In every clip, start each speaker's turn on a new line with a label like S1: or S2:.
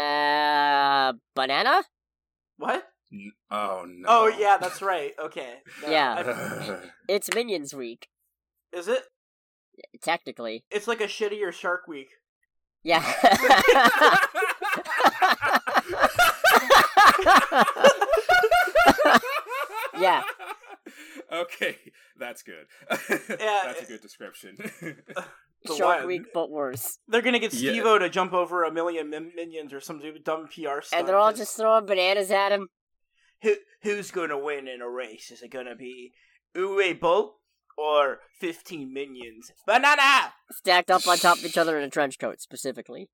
S1: Uh, banana?
S2: What?
S3: N- Oh no.
S2: Oh yeah, that's right. Okay. No,
S1: Yeah. It's Minions Week,
S2: I- is it?
S1: technically.
S2: It's like a shittier Shark Week.
S1: Yeah. Yeah.
S3: Okay, that's good. that's a good description.
S2: The
S1: Shark
S2: one.
S1: Week, but worse.
S2: They're gonna get
S3: Yeah.
S2: Steve-O to jump over a million min- minions or some dumb PR stuff.
S1: And they're all just throwing bananas at him.
S2: who who's gonna win in a race? Is it gonna be Uwe Bolt or fifteen minions? Banana.
S1: Stacked up on top of each other in a trench coat, specifically.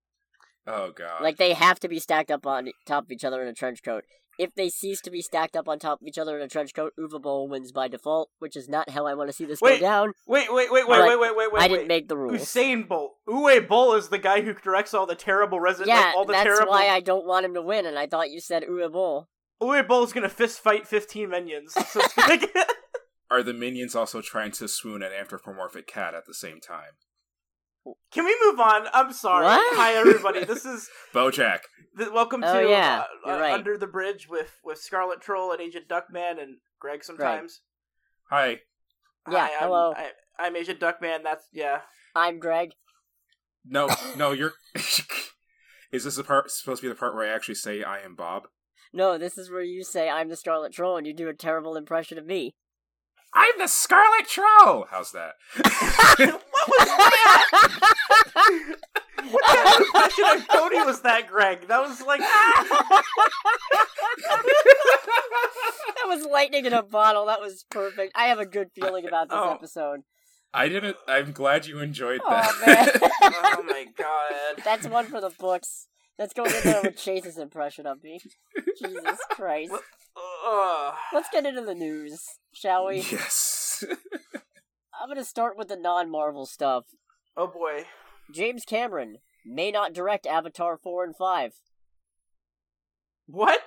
S3: oh god.
S1: Like, they have to be stacked up on top of each other in a trench coat. If they cease to be stacked up on top of each other in a trench coat, Uva Bowl wins by default, which is not how I want to see this
S2: Wait,
S1: go down.
S2: Wait, wait, wait, wait,
S1: Alright,
S2: wait, wait, wait, wait.
S1: I didn't make the rules.
S2: Usain Bolt. Uwe Bolt is the guy who directs all the terrible resident.
S1: Yeah,
S2: like, all the
S1: that's
S2: terrible.
S1: why I don't want him to win, and I thought you said Uva Bowl.
S2: Uwe Bolt's gonna fist fight fifteen minions. So it's gonna get-
S3: Are the minions also trying to swoon an anthropomorphic cat at the same time?
S2: Can we move on? I'm sorry.
S1: What?
S2: Hi everybody. This is
S3: Bojack.
S2: th- welcome
S1: Oh,
S2: to
S1: yeah.
S2: uh,
S1: You're
S2: uh,
S1: right.
S2: Under the Bridge with with Scarlet Troll and Agent Duckman and Greg sometimes.
S3: Hi.
S1: Yeah,
S2: Hi, I'm,
S1: hello.
S2: I, I'm Agent Duckman. That's yeah.
S1: I'm Greg.
S3: No, no, you're. Is this the part supposed to be the part where I actually say I am Bob?
S1: No, this is where you say I'm the Scarlet Troll and you do a terrible impression of me.
S3: I'm the Scarlet Troll. How's that?
S2: what was that? What kind of impression of Cody was that, Greg? That was like
S1: That was lightning in a bottle. That was perfect. I have a good feeling about this
S2: Oh.
S1: episode.
S3: I didn't. I'm glad you enjoyed that.
S1: Oh man,
S2: Oh my god.
S1: that's one for the books. Let's go in there with Chase's impression of me. Jesus Christ.
S2: Ugh.
S1: Let's get into the news, shall we?
S3: yes.
S1: I'm gonna start with the non-Marvel stuff.
S2: Oh boy.
S1: James Cameron may not direct Avatar 4 and 5.
S2: What?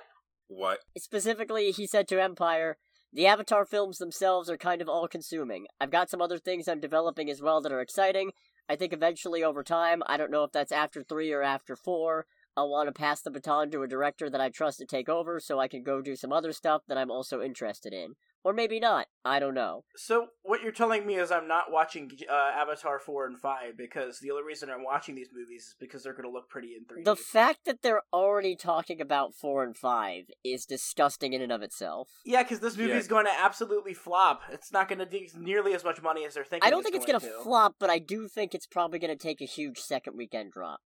S3: What?
S1: specifically he said to empire the avatar films themselves are kind of all consuming i've got some other things i'm developing as well that are exciting i think eventually over time i don't know if that's after three or after four i'll want to pass the baton to a director that i trust to take over so i can go do some other stuff that i'm also interested in or maybe not i don't know
S2: So what you're telling me is I'm not watching uh, Avatar four and five because the only reason I'm watching these movies is because they're going to look pretty in three.
S1: the fact that they're already talking about four and five is disgusting in and of itself
S2: yeah, because this movie's
S3: Yeah.
S2: going to absolutely flop. It's not going to do nearly as much money as they're thinking.
S1: I don't think it's gonna
S2: going to.
S1: flop, but I do think it's probably gonna take a huge second weekend drop.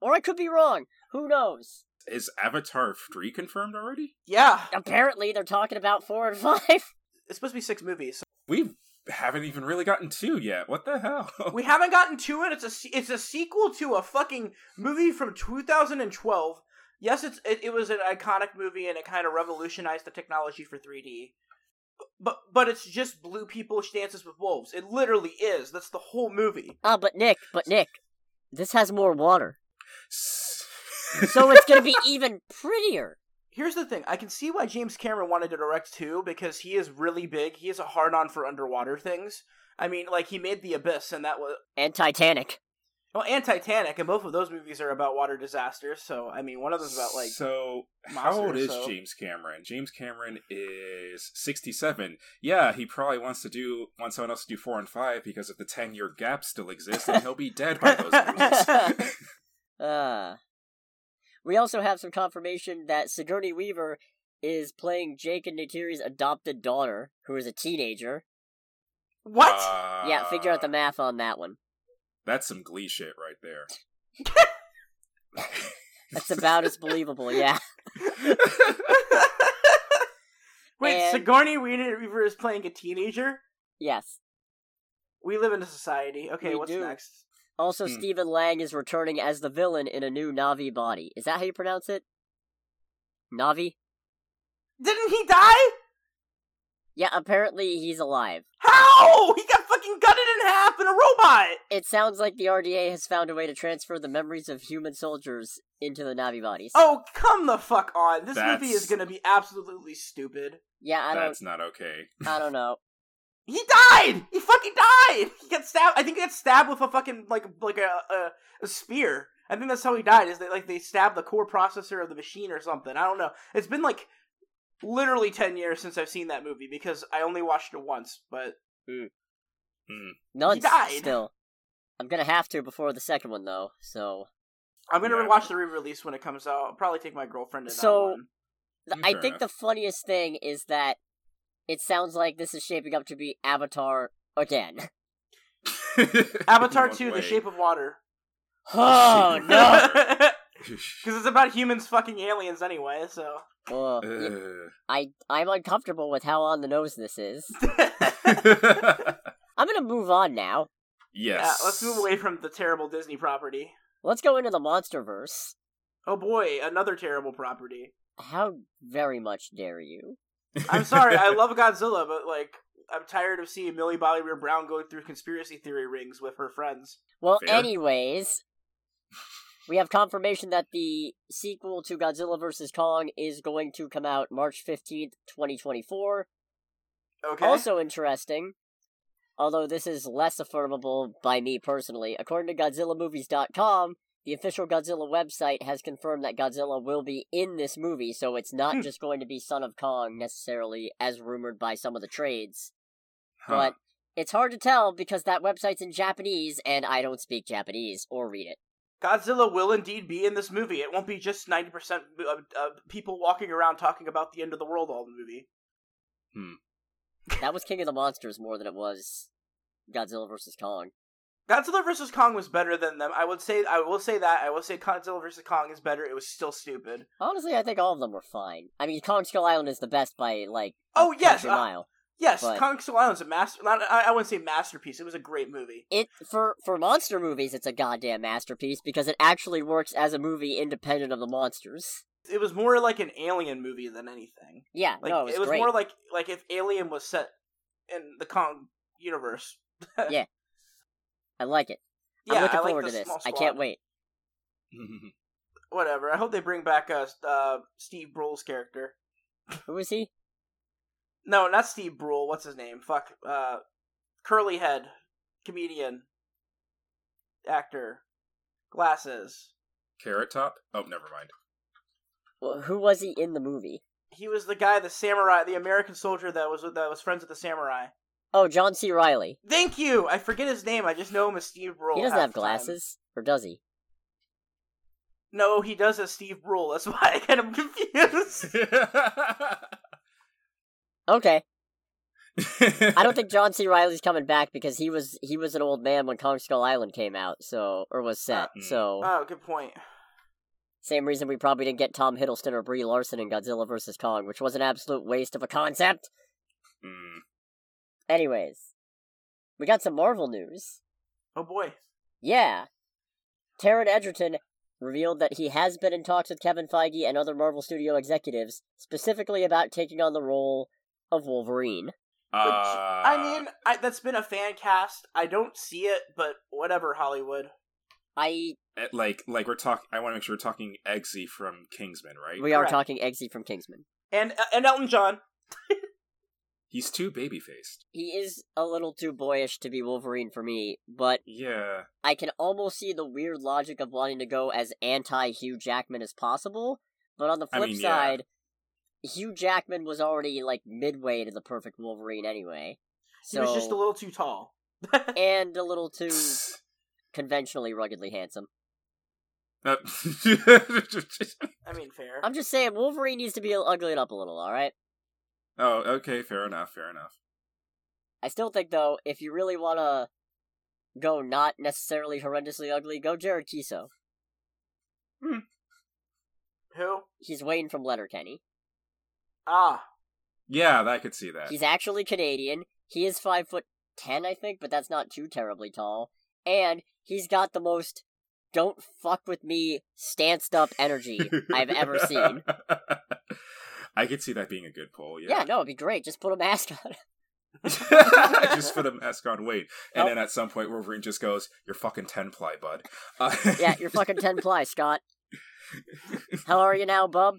S1: Or I could be wrong. Who knows?
S3: Is Avatar three confirmed already?
S2: Yeah,
S1: Apparently, they're talking about four and five.
S2: it's supposed to be six movies.
S3: We haven't even really gotten two yet. What the hell?
S2: We haven't gotten to it. It's a se- it's a sequel to a fucking movie from 2012. Yes, it's it, it was an iconic movie and it kind of revolutionized the technology for 3D. But but it's just blue people dances with wolves. It literally is. That's the whole movie.
S1: Ah, but Nick, but Nick, this has more water,
S3: so
S1: so it's gonna be even prettier.
S2: Here's the thing. I can see why James Cameron wanted to direct too because he is really big. He is a hard on for underwater things. I mean, like he made The Abyss and that was
S1: And Titanic.
S2: well, and Titanic, and both of those movies are about water disasters. So I mean, one of them's about like
S3: so
S2: monster
S3: how old
S2: or
S3: is
S2: so.
S3: James Cameron? James Cameron is sixty-seven. Yeah, he probably wants to do wants someone else to do four and five because if the ten-year gap still exists, then he'll be dead by those movies.
S1: Uh. We also have some confirmation that Sigourney Weaver is playing Jake and Neytiri's adopted daughter, who is a teenager.
S2: what?
S1: yeah, figure out the
S2: Ah.
S3: Uh,
S1: math on that one.
S3: That's some Glee shit right there.
S1: That's about as believable, yeah.
S3: Uh.
S2: Wait,
S1: And-
S2: Sigourney Weaver is playing a teenager?
S1: Yes.
S2: We live in a society. Okay,
S1: We
S2: what's
S1: do.
S2: next?
S1: Also,
S3: Hmm.
S1: Stephen Lang is returning as the villain in a new Navi body. Is that how you pronounce it? Navi?
S2: Didn't he die?
S1: Yeah, apparently he's alive.
S2: How? He got fucking gutted in half in a robot!
S1: It sounds like the RDA has found a way to transfer the memories of human soldiers into the Navi bodies.
S2: Oh, come the fuck on. This movie
S3: That's-
S2: is gonna be absolutely stupid.
S1: Yeah, I don't,
S3: That's not okay.
S1: I don't know.
S2: He died! He fucking died! He got stabbed. I think he got stabbed with a fucking, like, like a, a, a spear. I think that's how he died. Is that like they stabbed the core processor of the machine or something? I don't know. It's been like literally ten years since I've seen that movie because I only watched it once. But
S3: Mm.
S1: No,
S2: He
S1: it's
S2: died.
S1: still. I'm gonna have to before the second one though. So
S2: I'm gonna
S3: Yeah.
S2: rewatch the re-release when it comes out. I'll probably take my girlfriend to that
S1: So-
S2: one.
S1: Th-
S3: Mm,
S1: I
S3: fair
S1: think
S3: enough.
S1: the funniest thing is that it sounds like this is shaping up to be Avatar again.
S2: Avatar
S3: One
S2: Two:
S3: way.
S2: The Shape of Water.
S1: Oh
S3: Secret
S1: no!
S2: because it's about humans fucking aliens anyway. So
S1: Ugh, y-
S3: Ugh.
S1: I I'm uncomfortable with how on the nose this is. I'm gonna move on now.
S2: yeah,
S3: yes.
S2: Uh, let's move away from the terrible Disney property.
S1: Let's go into the MonsterVerse.
S2: Oh boy, another terrible property.
S1: How very much dare you?
S2: I'm sorry, I love Godzilla, but like I'm tired of seeing Millie Bobby Brown Brown go through conspiracy theory rings with her friends.
S1: Well,
S3: Fair.
S1: anyways, we have confirmation that the sequel to Godzilla vs Kong is going to come out March fifteenth, twenty twenty four.
S2: Okay.
S1: Also interesting, although this is less affirmable by me personally, according to GodzillaMovies.com, the official Godzilla website has confirmed that Godzilla will be in this movie, so it's not
S2: Hmm.
S1: just going to be Son of Kong necessarily, as rumored by some of the trades.
S3: Huh.
S1: But it's hard to tell because that website's in Japanese, and I don't speak Japanese or read it.
S2: Godzilla will indeed be in this movie. It won't be just 90% of, of people walking around talking about the end of the world all the movie.
S1: That was King of the Monsters more than it was Godzilla vs. Kong.
S2: Godzilla vs Kong was better than them. I would say I will say that. I will say Godzilla vs Kong is better. It was still stupid.
S1: Honestly, I think all of them were fine. I mean, Kong Skull Island is the best by, like, a
S2: Oh, yes,
S1: country
S2: uh,
S1: mile.
S2: Yes,
S1: But-
S2: Kong Skull Island's a master not, I, I wouldn't say masterpiece. It was a great movie.
S1: it for for monster movies it's a goddamn masterpiece because it actually works as a movie independent of the monsters
S2: It was more like an alien movie than anything.
S1: yeah
S2: Like
S1: no it was, great
S2: more like like if Alien was set in the Kong universe.
S1: i like it
S2: Yeah,
S1: i'm looking
S2: I like
S1: forward
S2: the
S1: to this
S2: small
S1: i
S2: squad.
S1: can't wait
S2: Whatever. I hope they bring back uh, uh Steve Brule's character.
S1: who is he
S2: No, not Steve Brule. What's his name? Fuck. Uh, curly head, comedian, actor, glasses.
S3: Carrot Top? Oh, never mind.
S1: Wh- who was he in the movie
S2: He was the guy, the samurai, the American soldier that was that was friends with the samurai.
S1: oh john c riley
S2: Thank you. I forget his name. I just know him as Steve Brule.
S1: he doesn't
S2: half
S1: have
S2: the time.
S1: glasses or does he
S2: No, he does as Steve Brule. That's why I get him confused.
S1: okay i don't think john c riley's coming back because he was he was an old man when kong skull island came out so or was set
S3: Uh, mm.
S1: so
S2: oh, good point.
S1: same reason we probably didn't get tom hiddleston or brie larson in godzilla vs kong which was an absolute waste of a concept
S3: Mm.
S1: Anyways, we got some Marvel news.
S2: Oh boy.
S1: Yeah. Taron Edgerton revealed that he has been in talks with Kevin Feige and other Marvel studio executives, specifically about taking on the role of Wolverine.
S2: Which,
S3: Uh,
S2: I mean, I, that's been a fan cast. I don't see it, but whatever, Hollywood.
S1: I e,
S3: eh, like, like we're talking. I want to make sure we're talking Eggsy from Kingsman, right?
S1: we are
S2: Correct.
S1: talking Eggsy from Kingsman.
S2: And and Elton John.
S3: He's too baby faced.
S1: He is a little too boyish to be Wolverine for me, but
S3: Yeah.
S1: I can almost see the weird logic of wanting to go as anti Hugh Jackman as possible. But on the
S3: I
S1: flip
S3: mean, yeah.
S1: side, Hugh Jackman was already like midway to the perfect Wolverine anyway. So
S2: He was just a little too tall.
S1: and a little too conventionally ruggedly handsome.
S3: Uh,
S2: I mean, fair.
S1: I'm just saying Wolverine needs to be uglied up a little, all right?
S3: oh, okay. Fair enough. Fair enough.
S1: I still think though, if you really want to go not necessarily horrendously ugly, go Jared Kiso.
S2: Who?
S1: He's Wayne from Letterkenny.
S2: Ah,
S3: Yeah, I could see that.
S1: He's actually Canadian. He is five foot ten, I think, but that's not too terribly tall. And he's got the most "don't fuck with me" stanced up energy I've ever seen.
S3: I could see that being a good poll.
S1: Yeah, no, it'd be great. Just put a mask on.
S3: I just put a mask on Wayne, and
S1: Nope.
S3: then at some point Wolverine just goes, "You're fucking ten ply, bud." Uh,
S1: yeah, you're fucking ten ply, Scott. How are you now, bub?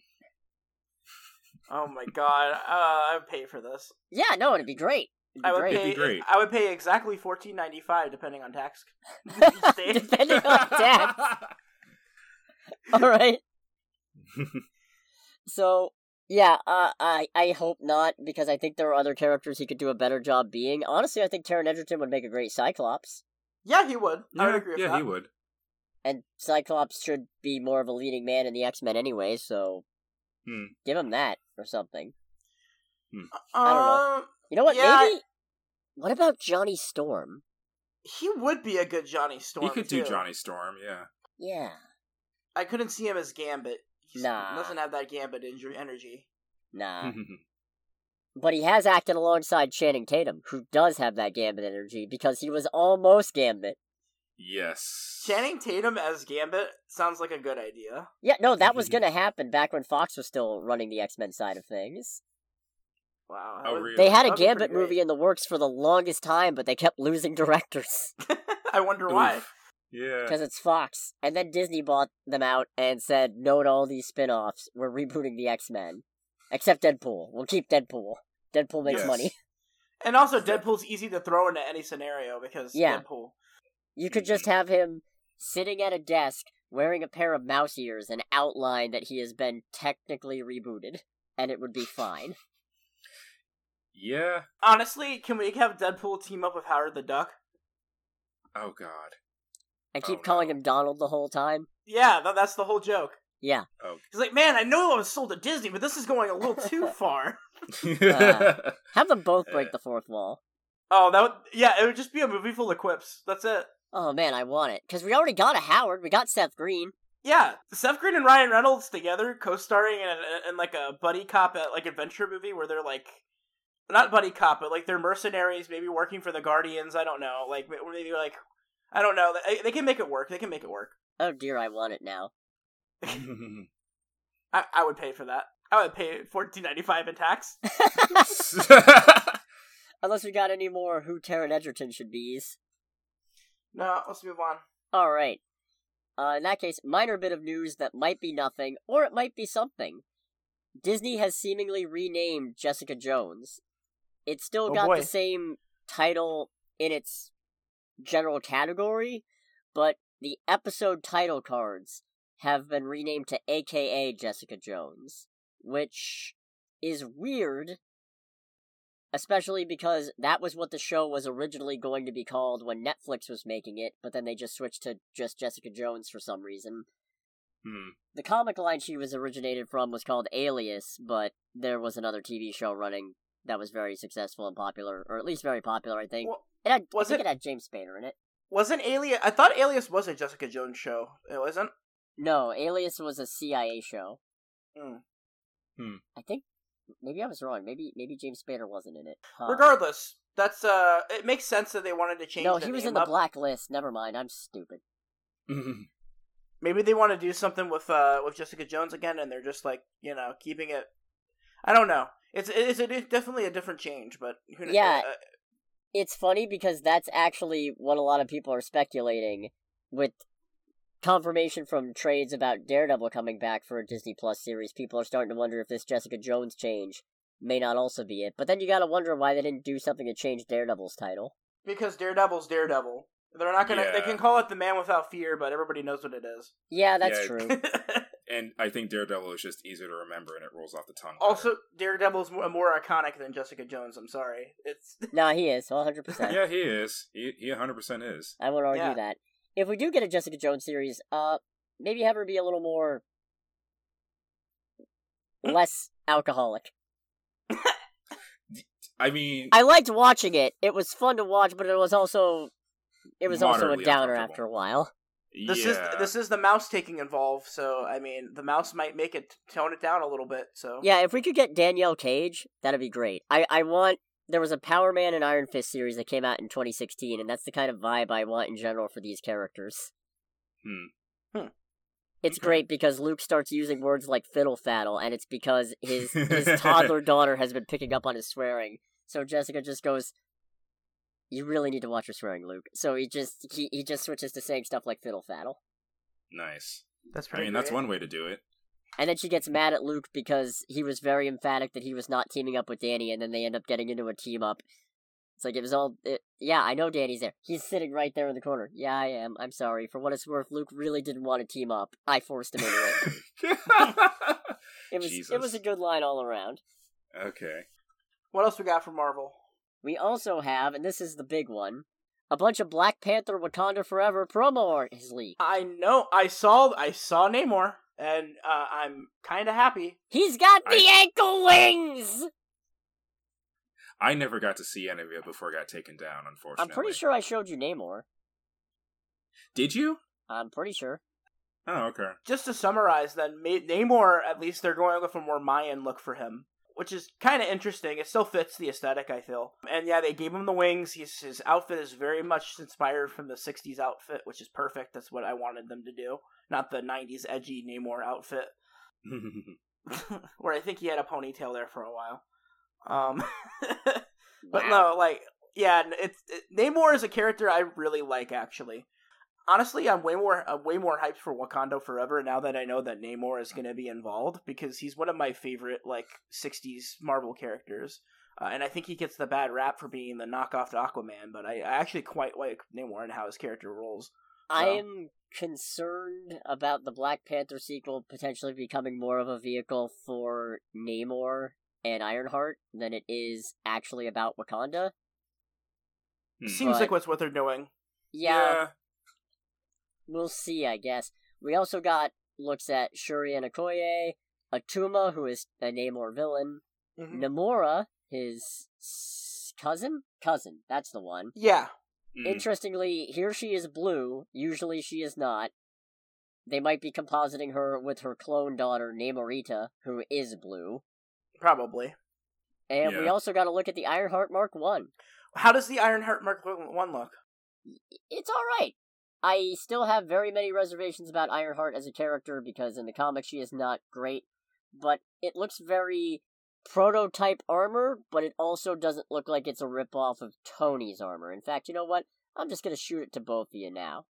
S2: oh my god. Uh, I would pay for this.
S1: Yeah, no, it'd be great. It'd be
S2: I would
S1: great.
S3: It'd
S2: pay.
S3: be great.
S2: I would pay exactly fourteen ninety five, depending on tax. State.
S1: Depending on tax. All right. So yeah, uh, I I hope not because I think there are other characters he could do a better job being. Honestly, I think Taron Egerton would make a great Cyclops,
S2: Yeah, he would. I would
S3: Yeah,
S2: agree with
S3: yeah,
S2: that.
S3: he would.
S1: and Cyclops should be more of a leading man in the X Men anyway. So
S3: Hmm.
S1: give him that or something. I don't know.
S2: Um,
S1: You know what?
S2: Yeah, I-
S1: Maybe. What about Johnny Storm?
S2: he would be a good Johnny Storm.
S3: he could do
S2: too.
S3: Johnny Storm. Yeah.
S1: Yeah.
S2: I couldn't see him as Gambit. He
S1: Nah.
S2: doesn't have that Gambit injury energy.
S3: Hmm.
S1: Nah. but he has acted alongside Channing Tatum, who does have that Gambit energy because he was almost Gambit.
S3: yes.
S2: Channing Tatum as Gambit sounds like a good idea.
S1: Yeah, no, that was
S3: Mm-hmm.
S1: going to happen back when Fox was still running the X Men side of things.
S2: Wow.
S3: Oh,
S2: I would-
S3: really?
S1: They had a
S2: That'd be pretty
S1: Gambit
S2: great.
S1: movie in the works for the longest time, but they kept losing directors
S2: I wonder why.
S3: Oof. Yeah.
S1: because it's Fox. And then Disney bought them out and said, no to all these spin offs. We're rebooting the X Men. Except Deadpool. We'll keep Deadpool. Deadpool makes
S3: Yes.
S1: money.
S2: And also, Deadpool's easy to throw into any scenario because
S1: Yeah.
S2: Deadpool.
S1: You
S3: Mm-hmm.
S1: could just have him sitting at a desk wearing a pair of mouse ears and outline that he has been technically rebooted, and it would be fine.
S3: Yeah.
S2: Honestly, can we have Deadpool team up with Howard the Duck?
S3: Oh God.
S1: And keep
S3: Oh, no.
S1: calling him Donald the whole time.
S2: Yeah, tha- that's the whole joke.
S1: Yeah.
S3: Oh.
S2: He's like, man, I know I was sold to Disney, but this is going a little too far.
S1: Uh. Have them both break
S3: Uh.
S1: the fourth wall.
S2: Oh, that would yeah, it would just be a movie full of quips. That's it.
S1: Oh man, I want it. Because we already got a Howard, we got Seth Green.
S2: Yeah, Seth Green and Ryan Reynolds together, co-starring in, in, in like a buddy cop uh, like adventure movie where they're like, not buddy cop, but like they're mercenaries, maybe working for the Guardians. I don't know, like or maybe like, I don't know. They, they can make it work. They can make it work.
S1: Oh dear, I want it now.
S2: I, I would pay for that. I would pay fourteen ninety five in tax.
S1: Unless we got any more who Taron Egerton should be's.
S2: no, let's move on.
S1: All right. Uh, in that case, minor bit of news that might be nothing, or it might be something. Disney has seemingly renamed Jessica Jones. It's still
S2: Oh,
S1: got
S2: boy.
S1: the same title in its general category, but the episode title cards have been renamed to AKA Jessica Jones, which is weird, especially because that was what the show was originally going to be called when Netflix was making it, but then they just switched to just Jessica Jones for some reason.
S3: Hmm.
S1: The comic line she was originated from was called Alias, but there was another TV show running that was very successful and popular, or at least very popular, I think.
S2: Well,
S1: It had,
S2: was
S1: I think
S2: it-
S1: it had James Spader in it.
S2: wasn't Alias? I thought Alias was a Jessica Jones show. It wasn't.
S1: No, Alias was a CIA show.
S2: Mm.
S3: Hmm.
S1: I think maybe I was wrong. Maybe maybe James Spader wasn't in it. Huh.
S2: Regardless, that's uh, it makes sense that they wanted to change.
S1: no,
S2: the
S1: he was
S2: name
S1: in the
S2: up.
S1: blacklist. Never mind, I'm stupid.
S2: maybe they want to do something with uh with Jessica Jones again, and they're just like you know keeping it. I don't know. It's it's, a, it's definitely a different change, but who kn-
S1: Yeah.
S2: uh,
S1: It's funny because that's actually what a lot of people are speculating with confirmation from trades about Daredevil coming back for a Disney Plus series. People are starting to wonder if this Jessica Jones change may not also be it. But then you got to wonder why they didn't do something to change Daredevil's title.
S2: because Daredevil's Daredevil. They're not gonna. They
S3: Yeah.
S2: can call it the Man Without Fear, but everybody knows what it is.
S1: Yeah, that's
S3: Yeah,
S1: true.
S3: and I think Daredevil is just easier to remember, and it rolls off the tongue. better.
S2: also, Daredevil's more, more iconic than Jessica Jones. I'm sorry. It's
S1: no, he is 100%.
S3: yeah, he is. He he, hundred percent is.
S1: I won't argue
S2: Yeah.
S1: that. If we do get a Jessica Jones series, uh, maybe have her be a little more less alcoholic.
S3: I mean,
S1: I liked watching it. It was fun to watch, but it was also it was also a
S3: Moderately
S1: downer
S3: uncomfortable.
S1: after a while.
S2: this is
S3: yeah.
S2: this is the mouse taking involved. So I mean, the mouse might make it tone it down a little bit. So
S1: Yeah, if we could get Danielle Cage, that'd be great. I I want there was a Power Man and Iron Fist series that came out in 2016, and that's the kind of vibe I want in general for these characters.
S3: Hmm.
S2: Hmm.
S1: It's
S3: Okay.
S1: great because Luke starts using words like fiddle faddle, and it's because his his toddler daughter has been picking up on his swearing. So Jessica just goes, "You really need to watch her swearing, Luke." So he just he, he just switches to saying stuff like fiddle faddle.
S3: nice.
S2: that's
S3: I
S2: pretty.
S3: mean, that's
S2: great.
S3: one way to do it.
S1: And then she gets mad at Luke because he was very emphatic that he was not teaming up with Danny, and then they end up getting into a team up. It's like it was all. It, yeah, I know Danny's there. He's sitting right there in the corner. Yeah, I am. I'm sorry. For what it's worth, Luke really didn't want to team up. I forced him into it. It was
S3: Jesus.
S1: it was a good line all around.
S3: okay.
S2: What else we got from Marvel?
S1: We also have, and this is the big one, a bunch of Black Panther Wakanda Forever promo art is leaked.
S2: I know. I saw. I saw Namor, and uh, I'm kind of happy.
S1: He's got the ankle wings.
S3: I never got to see any of it before it got taken down,
S1: I'm
S3: unfortunately.
S1: pretty sure I showed you Namor.
S3: Did you?
S1: I'm pretty sure.
S3: Oh, okay.
S2: Just to summarize, then Ma- Namor. At least they're going with a more Mayan look for him, which is kind of interesting. It still fits the aesthetic, I feel. And yeah, they gave him the wings. He's, his outfit is very much inspired from the '60s outfit, which is perfect. That's what I wanted them to do, not the '90s edgy Namor outfit, where I think he had a ponytail there for a while. Um, But
S1: Wow.
S2: no, like, yeah, n- it's it, Namor is a character I really like. Actually, honestly, I'm way more I'm way more hyped for Wakanda Forever now that I know that Namor is going to be involved because he's one of my favorite like '60s Marvel characters, uh, and I think he gets the bad rap for being the knockoff to Aquaman. But I, I actually quite like Namor and how his character rolls.
S1: I
S2: So-
S1: am concerned about the Black Panther sequel potentially becoming more of a vehicle for Namor and Ironheart than it is actually about Wakanda.
S3: Hmm.
S2: Seems
S1: But-
S2: like what's what they're doing.
S1: Yeah, we'll see, I guess. We also got looks at Shuri and Okoye, Atuma, who is a Namor villain,
S2: Mhm.
S1: Namora, his s- cousin? Cousin, that's the one.
S2: Yeah,
S3: Hmm.
S1: Interestingly, here she is blue. Usually she is not. They might be compositing her with her clone daughter, Namorita, who is blue.
S2: probably.
S1: And we
S3: Yeah.
S1: also got to look at the Ironheart Mark 1.
S2: How does the Ironheart Mark One look?
S1: It's alright. I still have very many reservations about Ironheart as a character because in the comic she is not great, but it looks very prototype armor, but it also doesn't look like it's a ripoff of Tony's armor. In fact, you know what? I'm just going to shoot it to both of you now.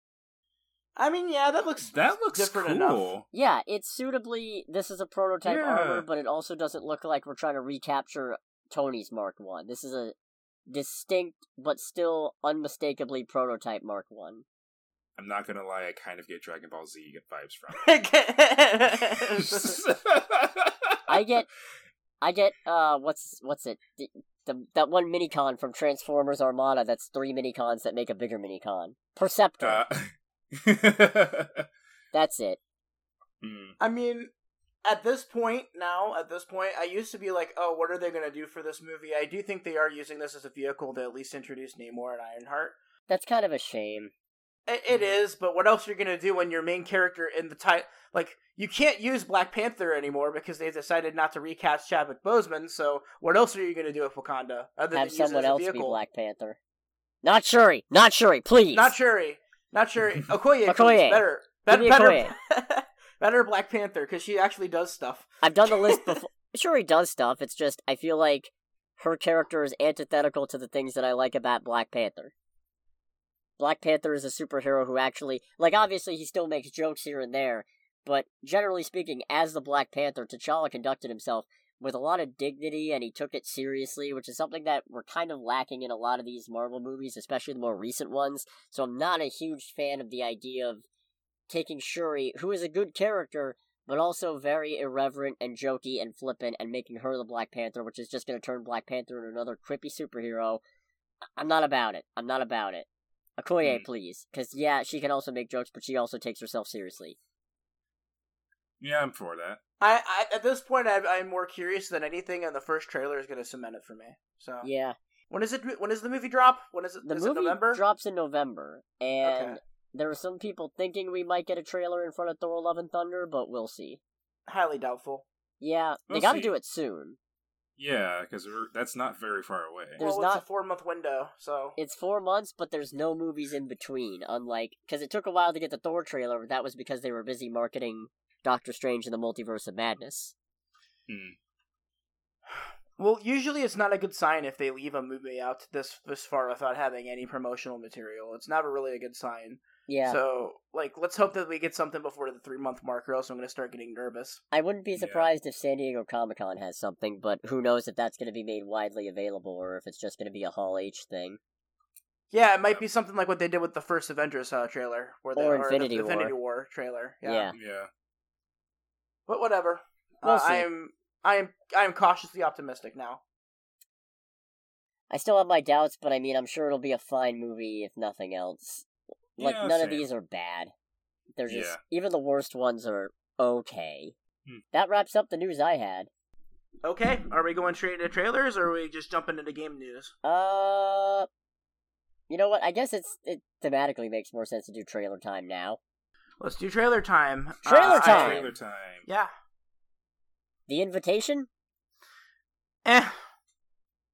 S2: I mean, yeah, that looks
S3: That looks
S2: different
S3: cool.
S2: enough.
S1: Yeah, it's suitably. This is a prototype
S3: Yeah.
S1: armor, but it also doesn't look like we're trying to recapture Tony's Mark One. This is a distinct but still unmistakably prototype Mark One.
S3: I'm not gonna lie, I kind of get Dragon Ball Z vibes from
S2: I
S3: it.
S1: I get, I get. Uh, what's what's it? The, the that one mini con from Transformers Armada. That's three mini cons that make a bigger mini con. Perceptor.
S3: Uh,
S1: that's it.
S3: Hmm.
S2: mean, at this point now, at this point, I used to be like, oh, what are they going to do for this movie? I do think they are using this as a vehicle to at least introduce Namor and Ironheart.
S1: That's kind of a shame.
S2: I-
S1: Mm-hmm.
S2: It is, but what else are you going to do when your main character in the title, like, you can't use Black Panther anymore because they decided not to recast Chadwick Boseman. So, what else are you going to do with Wakanda other than
S1: Have
S2: use it as
S1: someone
S2: a
S1: else be
S2: vehicle?
S1: Black Panther. Not Shuri. Not Shuri. Please.
S2: Not Shuri. Not Shuri. Okoye.
S1: Okoye.
S2: Okoye. Better.
S1: Give
S2: Better.
S1: me
S2: Better, better Black Panther because she actually does stuff.
S1: I've done the list before. Shuri does stuff. It's just I feel like her character is antithetical to the things that I like about Black Panther. Black Panther is a superhero who actually, like, obviously he still makes jokes here and there, but generally speaking, as the Black Panther, T'Challa conducted himself with a lot of dignity and he took it seriously, which is something that we're kind of lacking in a lot of these Marvel movies, especially the more recent ones. So I'm not a huge fan of the idea of taking Shuri, who is a good character, but also very irreverent and jokey and flippant and making her the Black Panther, which is just going to turn Black Panther into another creepy superhero. I- I'm not about it. I'm not about it. Okoye,
S3: Hmm.
S1: please. Because, yeah, she can also make jokes, but she also takes herself seriously.
S3: yeah, I'm for that.
S2: I, I at this point, I, I'm more curious than anything, and the first trailer is going to cement it for me. So
S1: Yeah.
S2: when is it? When is the movie drop? When is it?
S1: The
S2: Uh, is it
S1: movie
S2: November?
S1: drops in November, and
S2: Okay.
S1: there were some people thinking we might get a trailer in front of Thor Love and Thunder, but we'll see.
S2: Highly doubtful.
S1: Yeah, they
S3: We'll
S1: got to
S3: see.
S1: do it soon.
S3: Yeah, because that's not very far away.
S1: There's
S2: well,
S1: not-
S2: it's a four month window, so
S1: It's four months, but there's no movies in between. Unlike because it took a while to get the Thor trailer, but that was because they were busy marketing Doctor Strange and the Multiverse of Madness.
S3: Hmm.
S2: well, usually it's not a good sign if they leave a movie out this this far without having any promotional material. It's not a really a good sign.
S1: Yeah.
S2: So, like, let's hope that we get something before the three month mark, or else I'm going to start getting nervous.
S1: I wouldn't be
S3: Yeah.
S1: surprised if San Diego Comic Con has something, but who knows if that's going to be made widely available or if it's just going to be a Hall H thing.
S2: Yeah, it might be something like what they did with the first Avengers uh, trailer, where they,
S1: Or Infinity
S2: the
S1: War.
S2: Infinity War trailer. Yeah.
S1: Yeah.
S3: Yeah.
S2: But whatever.
S1: We'll
S2: uh,
S1: see.
S2: I'm I'm I'm cautiously optimistic now.
S1: I still have my doubts, but I mean, I'm sure it'll be a fine movie if nothing else. Like,
S3: Yeah,
S1: none of
S3: same.
S1: these are bad. They're just,
S3: Yeah.
S1: even the worst ones are okay.
S3: Hmm.
S1: That wraps up the news I had.
S2: Okay, are we going straight into trailers, or are we just jumping into game news?
S1: Uh, you know what? I guess it's it thematically makes more sense to do trailer time now.
S2: Let's do trailer time. Uh,
S1: Trailer
S2: I-
S1: time!
S3: Trailer time.
S2: yeah.
S1: The invitation?
S2: Eh.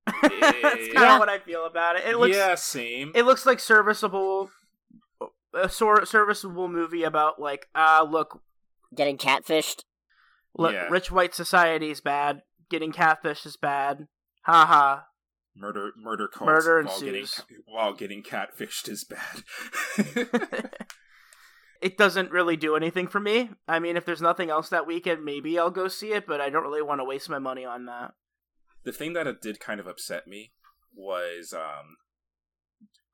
S2: That's kind of
S1: Yeah.
S2: what I feel about it. It looks
S3: yeah, same.
S2: it looks like serviceable, a sor- serviceable movie about like ah look
S1: Getting catfished?
S2: look
S3: Yeah.
S2: rich white society is bad, getting catfish is bad. Ha ha.
S3: murder, murder cults
S2: Murder
S3: while getting,
S2: ensues.
S3: while getting catfished is bad.
S2: It doesn't really do anything for me. I mean, if there's nothing else that weekend, maybe I'll go see it, but I don't really want to waste my money on that.
S3: the thing that it did kind of upset me was um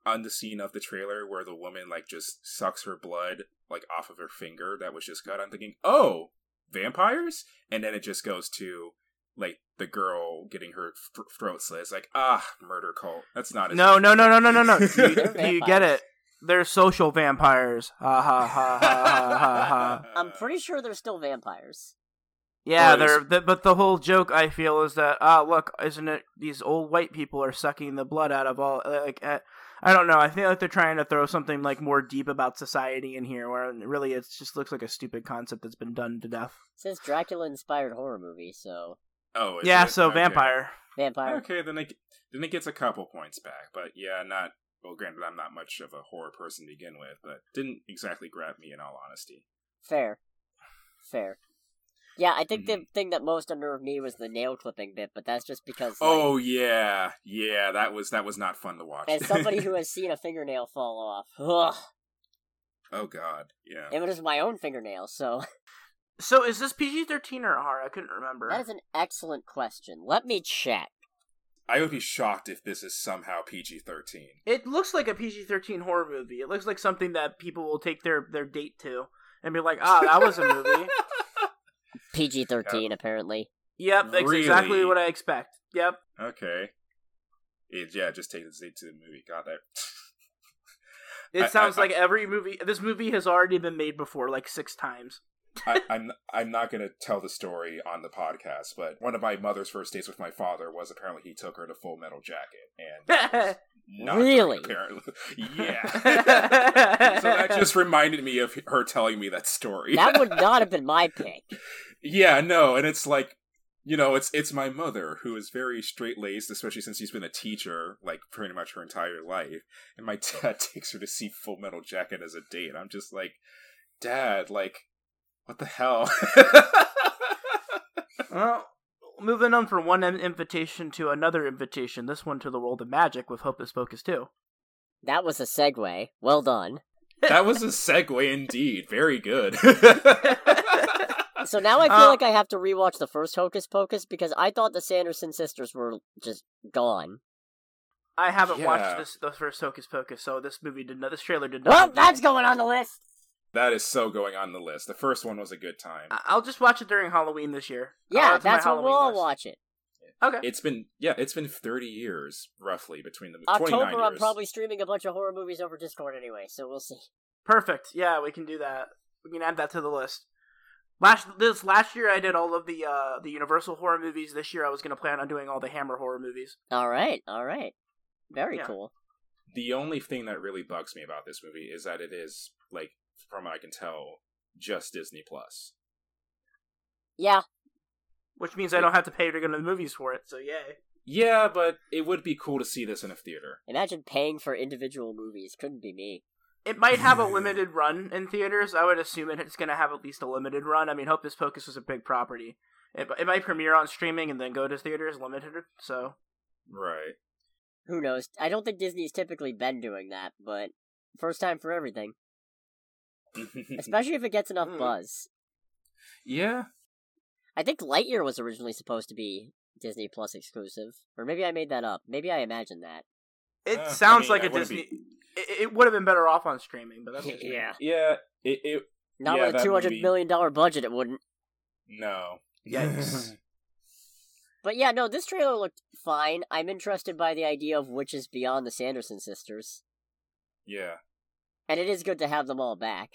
S3: on the scene of the trailer where the woman like just sucks her blood like off of her finger that was just cut i'm thinking oh vampires and then it just goes to like the girl getting her f- throat slit it's like ah murder cult that's not as
S2: No, no, no, no, no, no, no. Do you,
S1: They're
S2: do you get
S1: vampires.
S2: it? They're social vampires. Ha ha ha ha ha ha ha.
S3: Uh.
S1: I'm pretty sure they're still vampires.
S2: Yeah,
S3: Or
S2: they're
S3: is-
S2: th- but the whole joke I feel is that ah look, isn't it these old white people are sucking the blood out of all like uh, I don't know. I feel like they're trying to throw something like more deep about society in here, where really it just looks like a stupid concept that's been done to death.
S1: Since Dracula inspired horror movie, so
S3: oh is
S2: yeah,
S3: it?
S2: so
S3: Okay.
S2: vampire.
S1: vampire.
S3: okay then it then it gets a couple points back but yeah not well granted i'm not much of a horror person to begin with but didn't exactly grab me in all honesty
S1: Fair. Fair. Yeah, I think the
S3: Mhm.
S1: thing that most unnerved me was the nail clipping bit, but that's just because like,
S3: Oh yeah, yeah. That was that was not fun to watch.
S1: as somebody who has seen a fingernail fall off, ugh,
S3: oh god, yeah.
S1: it was my own fingernail, so
S2: So is this PG thirteen or R? I couldn't remember.
S1: that is an excellent question. Let me check.
S3: I would be shocked if this is somehow PG thirteen.
S2: It looks like a PG thirteen horror movie. It looks like something that people will take their their date to and be like, ah, that was a movie.
S1: PG thirteen apparently.
S2: yep, that's exactly
S3: Really?
S2: what I expect. Yep.
S3: Okay. It- yeah, just take the date to the movie. God, that.
S2: It
S3: I-
S2: sounds
S3: I-
S2: like every movie. This movie has already been made before, like six times.
S3: I, I'm I'm not gonna tell the story on the podcast, but one of my mother's first dates with my father was apparently he took her to Full Metal Jacket, and that was not good,
S1: Really?
S3: apparently, yeah. so that
S2: that
S3: just reminded me of her telling me that story.
S1: That would not have been my pick.
S3: Yeah, no, and it's like you know, it's it's my mother who is very straight laced, especially since she's been a teacher like pretty much her entire life, and my dad takes her to see Full Metal Jacket as a date. I'm just like, Dad, like, what the hell?
S2: Well, moving on from one in- invitation to another invitation. This one to the world of magic with Hocus Pocus Two.
S1: That was a segue. Well done.
S3: that was a segue indeed. Very good.
S1: So now I feel
S2: Uh,
S1: like I have to rewatch the first Hocus Pocus because I thought the Sanderson sisters were just gone.
S2: I haven't
S3: Yeah.
S2: watched this the first Hocus Pocus, so this movie did not. This trailer did not.
S1: Well, Oh, that's going on the list.
S3: that is so going on the list. The first one was a good time.
S1: Uh,
S2: I- I'll just watch it during Halloween this year. I'll
S1: Yeah, Oh,
S2: add to my
S1: that's when we'll all
S2: Halloween list.
S1: watch it.
S2: Okay.
S3: It's been yeah, it's been thirty years roughly between the twenty
S1: October,
S3: nine
S1: I'm
S3: years.
S1: probably streaming a bunch of horror movies over Discord anyway, so we'll see.
S2: Perfect. Yeah, we can do that. We can add that to the list. Last this last year, I did all of the uh, the Universal horror movies. This year, I was going to plan on doing all the Hammer horror movies.
S1: All right, all right, very
S2: Yeah.
S1: cool.
S3: the only thing that really bugs me about this movie is that it is like from what i can tell just disney plus
S1: Yeah,
S2: Which means I don't have to pay to go to the movies for it. So yay.
S3: yeah but it would be cool to see this in a theater
S1: imagine paying for individual movies. Couldn't be me.
S2: It might have a limited run in theaters. I would assume it- it's going to have at least a limited run. I mean, Hocus Pocus was a big property. It, it might premiere on streaming and then go to theaters limited. So
S3: right
S1: Who knows? I don't think Disney's typically been doing that, but first time for everything. especially if it gets enough
S2: Mm.
S1: buzz.
S3: yeah.
S1: I think Lightyear was originally supposed to be Disney Plus exclusive, or maybe I made that up. Maybe I imagined that.
S2: It
S3: Uh, I
S2: sounds
S3: mean,
S2: like
S3: I
S2: a
S3: wouldn't
S2: Disney. It, it would have been better off on streaming, but that's just me.
S3: Yeah. It, it
S1: Not
S3: Yeah,
S1: with a
S3: that
S1: two hundred
S3: movie-
S1: million dollar budget, it wouldn't.
S3: no.
S2: Yikes.
S1: But yeah, no, this trailer looked fine. I'm interested by the idea of witches beyond the Sanderson sisters,
S3: yeah.
S1: and it is good to have them all back.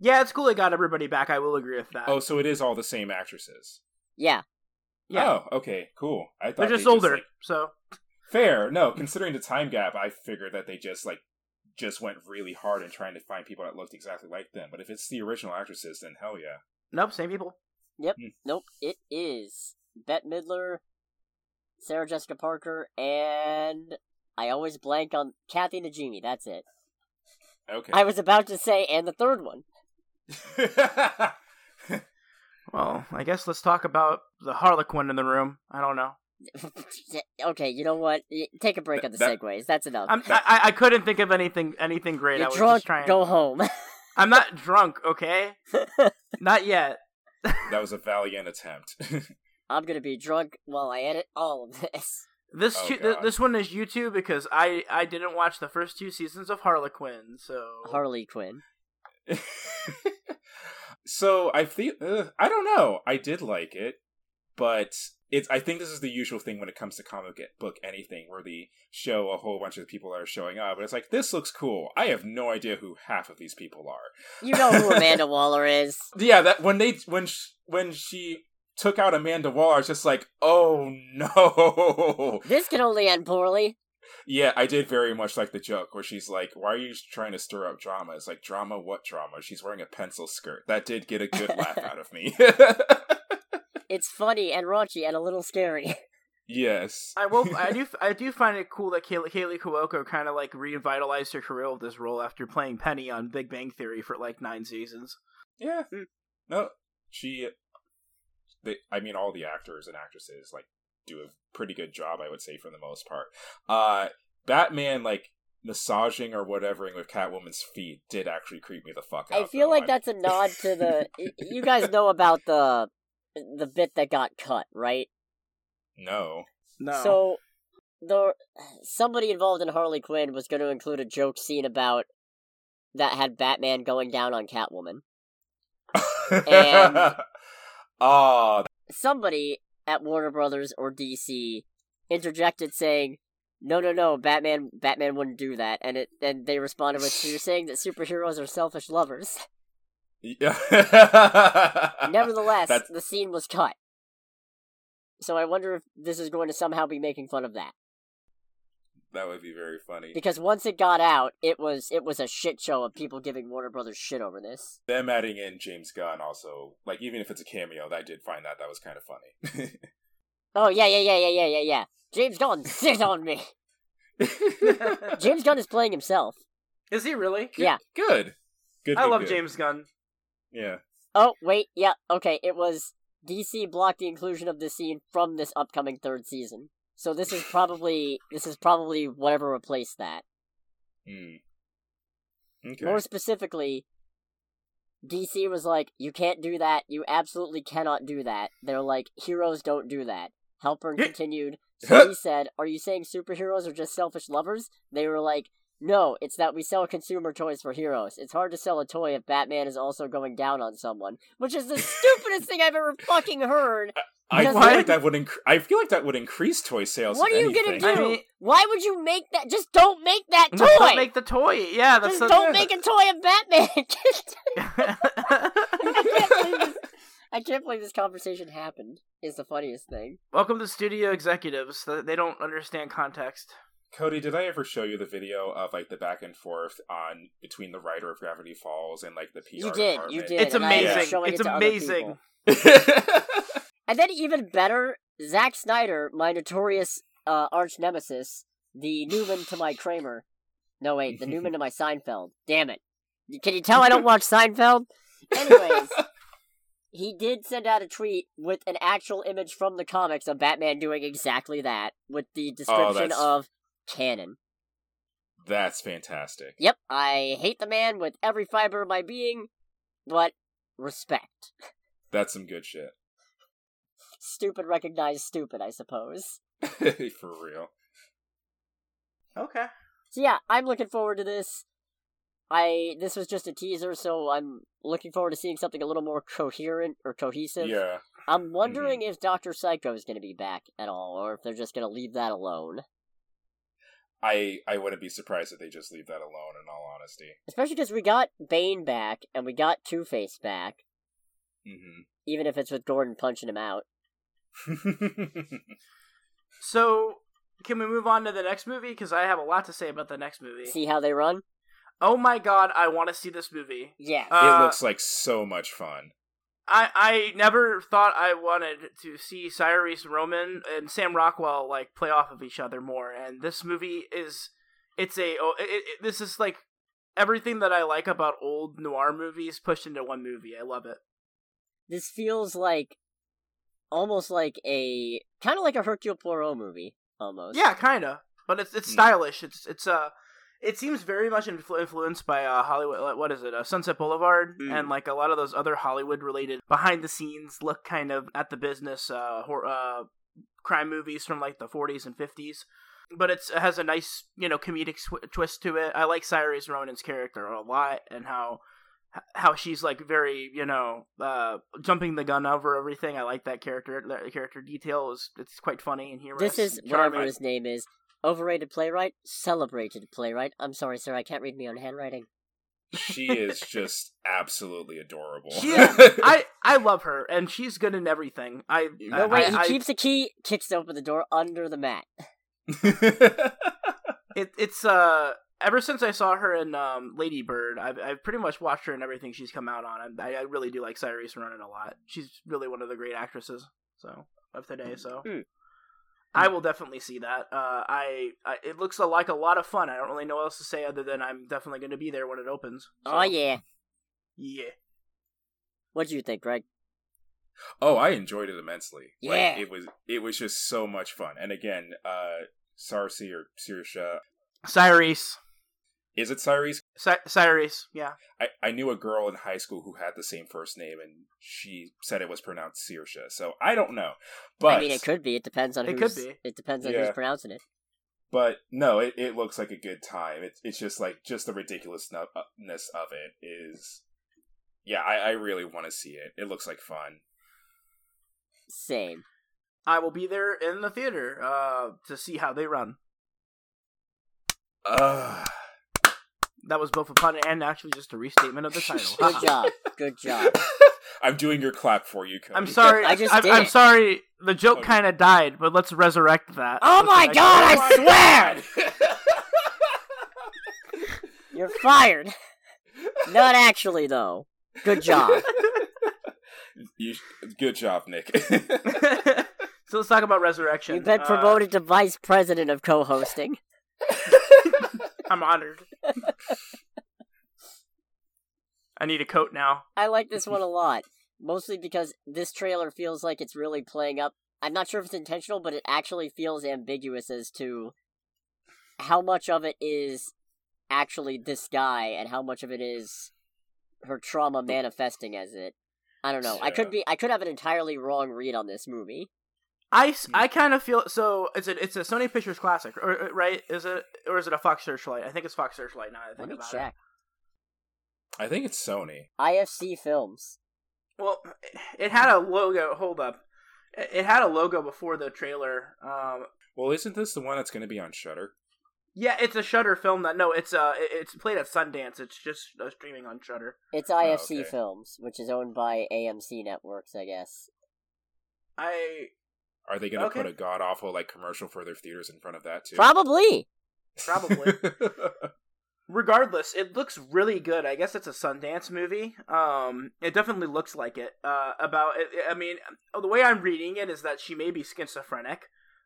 S2: Yeah, it's cool they got everybody back. I will agree with
S1: Uh,
S2: that.
S3: Oh, so it is all the same actresses.
S1: Yeah,
S2: yeah,
S3: Oh, okay, cool. I thought
S2: they're just
S3: they
S2: older,
S3: like-
S2: so
S3: fair. No, considering the time gap, I figured that they just like just went really hard in trying to find people that looked exactly like them. But if it's the original actresses, then hell yeah.
S2: nope, same people.
S1: nope, it is Bette Midler, Sarah Jessica Parker, and I always blank on Kathy Najimy. That's it.
S3: Okay.
S1: I was about to say, and the third one.
S2: Well, I guess let's talk about the Harlequin in the room. I don't know.
S1: okay, you know what? Y- Take a break on the
S3: That-
S1: segues. That's enough.
S2: I'm, I I- I couldn't think of anything anything great. I
S1: You're
S2: was
S1: drunk.
S2: just trying.
S1: Go home.
S2: I'm not drunk, okay? not yet.
S3: that was a valiant attempt.
S1: I'm gonna be drunk while I edit all of this.
S2: This
S3: Oh,
S2: two, th-
S3: God.
S2: this one is you two because I I didn't watch the first two seasons of Harlequin, so
S1: Harley Quinn.
S3: so I think uh, I don't know. I did like it, but it's. I think this is the usual thing when it comes to comic book anything, where they show a whole bunch of people that are showing up, and it's like this looks cool. I have no idea who half of these people are.
S1: You know who Amanda Waller is.
S3: Yeah, that when they when sh- when she took out Amanda Waller, I was just like, oh no.
S1: This can only end poorly.
S3: Yeah, I did very much like the joke where she's like, "Why are you trying to stir up drama?" It's like drama, what drama? She's wearing a pencil skirt. That did get a good laugh out of me.
S1: It's funny and raunchy and a little scary.
S3: yes.
S2: I will. I do. I do find it cool that Kaylee, Kaylee Cuoco kind of like revitalized her career with this role after playing Penny on Big Bang Theory for like nine seasons.
S3: Yeah.
S1: Mm.
S3: No, she. They, I mean, all the actors and actresses like do a pretty good job, I would say, for the most part. Uh, Batman like massaging or whatevering with Catwoman's feet did actually creep me the fuck out.
S1: I feel
S3: though.
S1: like that's a nod to the. y- You guys know about the the bit that got cut, right?
S3: no.
S2: No,
S1: So the somebody involved in Harley Quinn was going to include a joke scene about that had Batman going down on Catwoman. And-
S3: oh,
S1: Somebody at Warner Brothers or DC interjected saying, "No, no, no, Batman, Batman wouldn't do that." And it and they responded with, "So you're saying that superheroes are selfish lovers?" Nevertheless,
S3: That's-
S1: the scene was cut. So I wonder if this is going to somehow be making fun of that.
S3: that would be very funny.
S1: because once it got out, it was it was a shit show of people giving Warner Brothers shit over this.
S3: Them adding in James Gunn also, like even if it's a cameo, I did find that that was kind of funny.
S1: Oh yeah, yeah, yeah, yeah, yeah, yeah, yeah. James Gunn, sit on me. James Gunn is playing himself.
S2: is he really?
S1: Yeah.
S3: good. Good.
S2: I
S3: good,
S2: love
S3: good.
S2: James Gunn.
S3: Yeah.
S1: Oh wait, yeah, okay. It was DC blocked the inclusion of this scene from this upcoming third season. So this is probably this is probably whatever replaced that.
S3: Mm. Okay.
S1: More specifically, DC was like, "You can't do that. You absolutely cannot do that." They're like, "Heroes don't do that." Halpern
S2: Yeah.
S1: continued. So he said, "Are you saying superheroes are just selfish lovers?" They were like, "No, it's that we sell consumer toys for heroes. It's hard to sell a toy if Batman is also going down on someone," which is the stupidest thing I've ever fucking heard.
S3: I feel
S1: Because
S2: what?
S3: like that would. Inc- I feel like that would increase toy sales.
S1: What
S3: if
S1: are you
S3: anything.
S1: gonna do?
S2: I mean-
S1: Why would you make that? Just don't make that
S2: Just Don't
S1: toy.
S2: make the toy. Yeah, that's
S1: just don't
S2: the-
S1: make a toy of Batman. I can't believe this. I can't believe this conversation happened. Is the funniest thing.
S2: Welcome to studio executives. Th- They don't understand context.
S3: Cody, did I ever show you the video of like the back and forth on between the writer of Gravity Falls and like the PR?
S1: You did, you
S3: department?
S1: did.
S2: It's
S1: and I am
S2: amazing.
S1: showing
S2: It's
S1: it to other
S2: amazing.
S1: people. And then even better, Zack Snyder, my notorious uh, arch nemesis, the Newman to my Kramer. No wait, the Newman to my Seinfeld. Damn it! Can you tell I don't watch Seinfeld? Anyways, he did send out a tweet with an actual image from the comics of Batman doing exactly that, with the description
S3: that's-
S1: of canon.
S3: That's fantastic.
S1: Yep, I hate the man with every fiber of my being, but respect.
S3: That's some good shit.
S1: Stupid recognized stupid, I suppose.
S3: For real.
S2: Okay.
S1: So yeah, I'm looking forward to this. I this was just a teaser, so I'm looking forward to seeing something a little more coherent or cohesive.
S3: Yeah.
S1: I'm wondering if Doctor Psycho is going to be back at all, or if they're just going to leave that alone.
S3: I I wouldn't be surprised if they just leave that alone in all honesty.
S1: Especially because we got Bane back and we got Two Face back,
S3: Mhm.
S1: even if it's with Gordon punching him out.
S3: Mm-hmm.
S2: So, can we move on to the next movie? Because I have a lot to say about the next movie.
S1: See how they run?
S2: Oh my god, I want to see this movie.
S1: Yeah.
S2: Uh,
S3: it looks like so much fun.
S2: I I never thought I wanted to see Cyrus Roman and Sam Rockwell like play off of each other more, and this movie is it's a oh, it, it, this is like everything that I like about old noir movies pushed into one movie. I love it.
S1: this feels like almost like a kind of like a Hercule Poirot movie, almost.
S2: Yeah, kind of, but it's
S1: Hmm.
S2: it's
S3: Mm.
S2: stylish. It's it's uh it seems very much influ- influenced by uh, Hollywood. like, What is it? Uh, Sunset Boulevard
S1: Hmm.
S3: Mm.
S2: and like a lot of those other Hollywood related behind the scenes look kind of at the business uh, hor- uh crime movies from like the 40s and 50s. But it's, it has a nice you know comedic sw- twist to it. I like Cyrus Ronan's character a lot and how how she's like very you know uh jumping the gun over everything. I like that character. That character detail is it's quite funny and humorous.
S1: This is
S2: and
S1: whatever
S2: charming.
S1: his name is. Overrated playwright, celebrated playwright. I'm sorry, sir, I can't read me own handwriting.
S3: She is just absolutely adorable.
S2: She is- I I love her, and she's good in everything. I
S1: No,
S3: I-
S1: wait,
S2: I,
S1: he
S2: I-
S1: keeps the key, kicks open the door under the mat.
S2: it, it's uh ever since I saw her in um, Lady Bird, I've I've pretty much watched her in everything she's come out on. I, I really do like Cyrus Ronan a lot. She's really one of the great actresses. So of today, so.
S1: Mm.
S2: I will definitely see that. Uh, I, I it looks a- like a lot of fun. I don't really know what else to say other than I'm definitely going to be there when it opens. So,
S1: Oh, yeah.
S2: yeah.
S1: What do you think, Greg?
S3: oh, I enjoyed it immensely.
S1: Yeah.
S3: Like, it was it was just so much fun. And again, uh Sarsi or Sirsha.
S2: Cyrus,
S3: Is it Cyrese?
S2: Cy- Cyrus, yeah.
S3: I, I knew a girl in high school who had the same first name and she said it was pronounced Sirsha. So I don't know. But
S1: I mean, it could be. It depends on
S2: It could
S1: who's.
S2: be.
S1: It depends on who's
S3: Yeah.
S1: pronouncing it.
S3: but no, it, it looks like a good time. It's it's just like just the ridiculousness of it is. Yeah, I, I really want to see it. It looks like fun.
S1: Same.
S2: I will be there in the theater uh, to see how they run.
S3: Ugh.
S2: That was both a pun and actually just a restatement of the
S1: Good
S2: title.
S1: job. Good job.
S3: I'm doing your clap for you. Cody.
S2: I'm sorry.
S1: I
S2: I
S1: just
S2: am
S1: did
S2: I'm
S1: it.
S2: sorry. The joke
S3: Okay.
S2: kind of died, but let's resurrect that.
S1: Oh my
S2: Okay.
S1: God, I swear! You're fired. Not actually, though. Good job.
S3: You, good job, Nick.
S2: so let's talk about resurrection.
S1: You've been
S2: Uh,
S1: promoted to vice president of co-hosting.
S2: I'm honored. I need a coat now.
S1: I like this one a lot, mostly because this trailer feels like it's really playing up. I'm not sure if it's intentional, but it actually feels ambiguous as to how much of it is actually this guy and how much of it is her trauma manifesting as it. I don't know. I could
S3: Yeah.
S1: be I could have an entirely wrong read on this movie.
S2: I, s- I kind of feel so. It's a it's a Sony Pictures classic, or, or- right? Is it or is it a Fox Searchlight? I think it's Fox Searchlight. Now that I think
S1: Let me
S2: about it.
S1: check.
S3: I think it's Sony.
S1: IFC Films.
S2: Well, it had a logo. Hold up, It- it had a logo before the trailer. Um,
S3: Well, isn't this the one that's going to be on Shutter?
S2: yeah, it's a Shutter film. That no, it's uh, it- it's played at Sundance. It's just uh, streaming on Shutter.
S1: It's IFC
S3: okay.
S1: Films, which is owned by AMC Networks, I guess.
S2: I
S3: Are they going to
S2: Okay.
S3: put a god awful like commercial for their theaters in front of that too?
S1: Probably.
S2: probably. Regardless, it looks really good. I guess it's a Sundance movie. Um, it definitely looks like it. Uh, about it, I mean, the way I'm reading it is that she may be schizophrenic,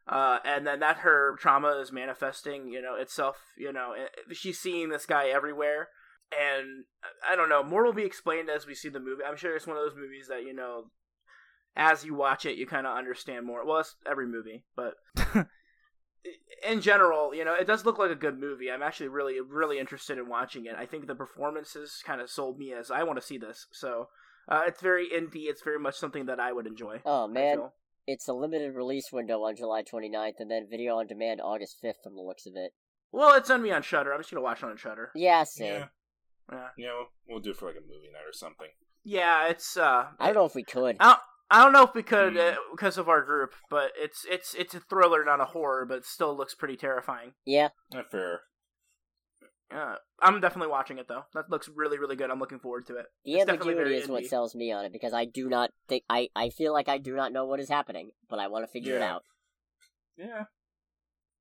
S2: uh, and then that her trauma is manifesting, you know, itself. You know, i- she's seeing this guy everywhere, and I don't know. More will be explained as we see the movie. I'm sure it's one of those movies that you know, as you watch it, you kind of understand more. Well, that's every movie, but in general, you know, it does look like a good movie. I'm actually really, really interested in watching it. I think the performances kind of sold me as I want to see this. So uh, it's very indie. It's very much something that I would enjoy.
S1: Oh
S2: I
S1: man,
S2: feel.
S1: it's a limited release window on July 29th, and then video on demand August 5th, from the looks of it.
S2: Well, it's on me on Shutter. I'm just gonna watch it on Shutter.
S1: Yeah, Sam.
S3: Yeah,
S2: Yeah,
S3: you know, we'll do it for like a movie night or something.
S2: yeah it's. Uh,
S1: I don't know if we could.
S2: I don't, I don't know if we could
S3: Mm.
S2: uh, because of our group, but it's it's it's a thriller, not a horror, but it still looks pretty terrifying.
S1: Yeah,
S3: Not Eh, fair.
S2: Uh, I'm definitely watching it though. That looks really really good. I'm looking forward to it.
S1: the
S2: It's definitely
S1: ambiguity
S2: very
S1: is what
S2: indie.
S1: sells me on it because I do not think I I feel like I do not know what is happening, but I want to figure it
S3: Yeah.
S1: out.
S3: Yeah.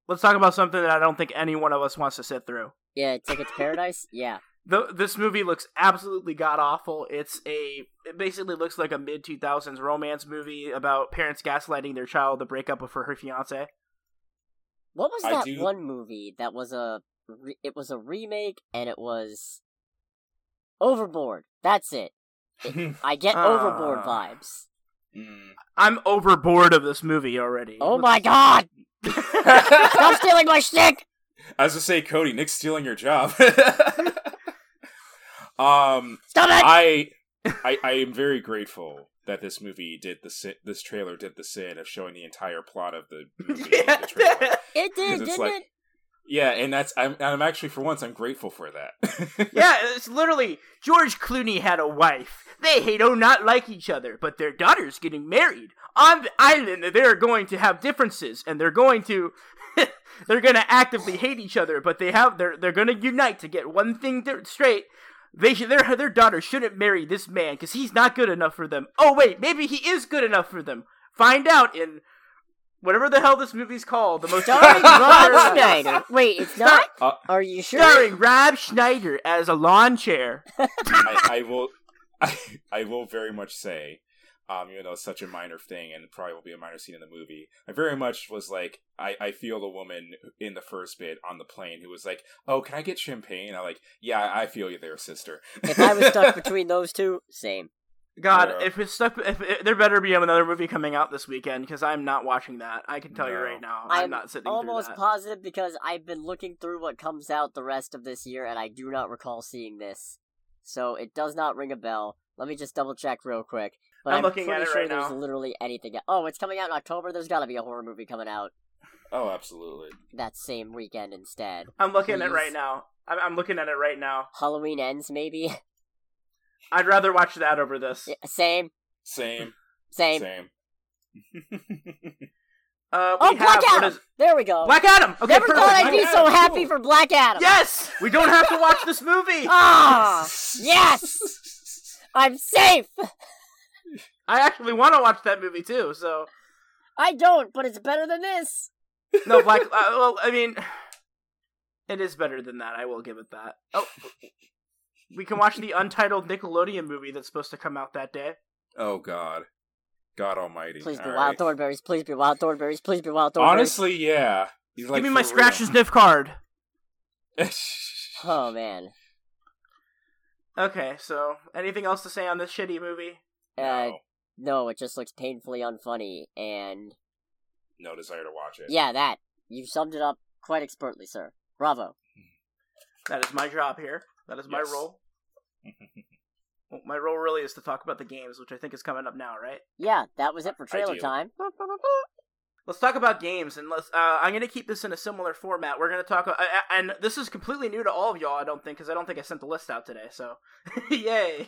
S2: Let's talk about something that I don't think any one of us wants to sit through.
S1: Yeah, Ticket to Paradise. Yeah,
S2: The, this movie looks absolutely god awful. It's a it basically looks like a mid 2000s romance movie about parents gaslighting their child to break up with her, her fiance.
S1: what was
S3: I
S1: that
S3: do-
S1: one movie that was a re- it was a remake and it was Overboard. That's it. I get
S2: Ah.
S1: Overboard vibes.
S3: Mm.
S2: I'm overboard of this movie already.
S1: Oh my god! Stop stealing my shtick!
S3: I was gonna say, Cody, Nick's stealing your job. um,
S1: Stop it!
S3: I, I, I am very grateful that this movie did the sin, this trailer did the sin of showing the entire plot of the movie. in the trailer.
S2: yeah.
S1: It did,
S3: 'Cause it's
S1: didn't
S3: like-
S1: it?
S3: Yeah, and that's I'm I'm actually for once I'm grateful for that.
S2: Yeah, it's literally George Clooney had a wife. They hate oh not like each other, but their daughter's getting married on the island. They're going to have differences, and they're going to they're going to actively hate each other, but they have they're they're going to unite to get one thing th- straight. They should, their their daughter shouldn't marry this man because he's not good enough for them. Oh wait, maybe he is good enough for them. Find out in whatever the hell this movie's called. The most
S1: Starring Rob Schneider. Wait, it's not?
S3: Uh,
S1: Are you sure?
S2: starring Rob Schneider as a lawn chair.
S3: I, I will I, I will very much say, um, even though it's such a minor thing and probably will be a minor scene in the movie, I very much was like I, I feel the woman in the first bit on the plane who was like, Oh, can I get champagne? I'm like, Yeah, I feel you there, sister.
S1: If I was stuck between those two, same.
S2: God,
S3: Yeah.
S2: if it's stuff, if, if there better be another movie coming out this weekend because I'm not watching that. I can tell you
S3: No.
S2: right now, I'm, not sitting
S1: almost
S2: through that.
S1: positive because I've been looking through what comes out the rest of this year, and I do not recall seeing this. So it does not ring a bell. Let me just double check real quick. But
S2: I'm
S1: I'm,
S2: looking at
S1: pretty
S2: it
S1: sure
S2: right
S1: there's
S2: now.
S1: literally anything. Oh, it's coming out in October. There's got to be a horror movie coming out
S3: Oh, absolutely.
S1: that same weekend instead.
S2: I'm looking at it
S1: Please.
S2: right now. I'm, I'm looking at it right now.
S1: Halloween ends, maybe.
S2: I'd rather watch that over this.
S1: Yeah, same,
S3: Same.
S1: same.
S3: Same.
S2: Uh, we
S1: Oh, Black
S2: have- what
S1: Adam.
S2: is-
S1: There we go.
S2: Black Adam. Okay,
S1: Never
S2: perfect.
S1: thought I'd
S2: Black
S1: be
S2: Adam.
S1: so
S3: Adam,
S1: happy
S3: cool.
S1: for Black Adam.
S2: Yes, we don't have to watch this movie.
S1: Ah, yes, I'm safe.
S2: I actually want to watch that movie too. So
S1: I don't, but it's better than this.
S2: no, Black. uh, well, I mean, it is better than that. I will give it that. Oh, we can watch the untitled Nickelodeon movie that's supposed to come out that day.
S3: Oh God. God almighty.
S1: Please be
S3: All
S1: wild
S3: right.
S1: thornberries. Please be wild thornberries. Please be wild thornberries.
S3: Honestly, yeah. He's like,
S2: Give me my
S3: for real.
S2: scratch and sniff card.
S1: Oh man.
S2: Okay, so anything else to say on this shitty movie?
S1: Uh,
S3: no,
S1: no, it just looks painfully unfunny, and
S3: no desire to watch it.
S1: yeah, that you summed it up quite expertly, sir. Bravo.
S2: That is my job here. That is my
S3: Yes.
S2: role. Well, my role really is to talk about the games, which I think is coming up now, right?
S1: Yeah, that was it for trailer
S3: do.
S1: time.
S2: Let's talk about games, and let's. Uh, I'm going to keep this in a similar format. We're going to talk, uh, and this is completely new to all of y'all. I don't think, because I don't think I sent the list out today. So, yay!
S1: Way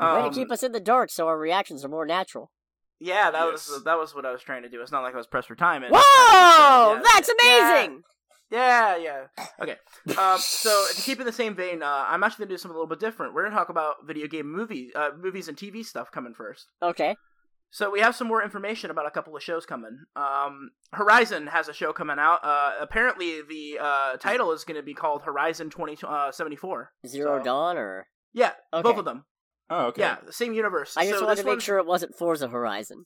S2: Um,
S1: to keep us in the dark, so our reactions are more natural.
S2: Yeah, that was
S3: Yes.
S2: that was what I was trying to do. It's not like I was pressed for time. and-
S1: Whoa,
S2: Yeah.
S1: that's
S2: Yeah.
S1: amazing.
S2: Yeah, yeah. Okay. Um, so to keep in the same vein, uh, I'm actually gonna do something a little bit different. We're gonna talk about video game movies, uh, movies and TV stuff coming first.
S1: Okay,
S2: So we have some more information about a couple of shows coming. Um, Horizon has a show coming out. Uh, apparently, the uh, title is gonna be called Horizon 2074.
S1: Zero
S2: So-
S1: Dawn, or
S2: Yeah,
S1: Okay.
S2: both of them.
S3: Oh, okay.
S2: Yeah, the same universe.
S1: I just
S2: so
S1: wanted
S2: this
S1: to make
S2: one's-
S1: sure it wasn't Forza Horizon.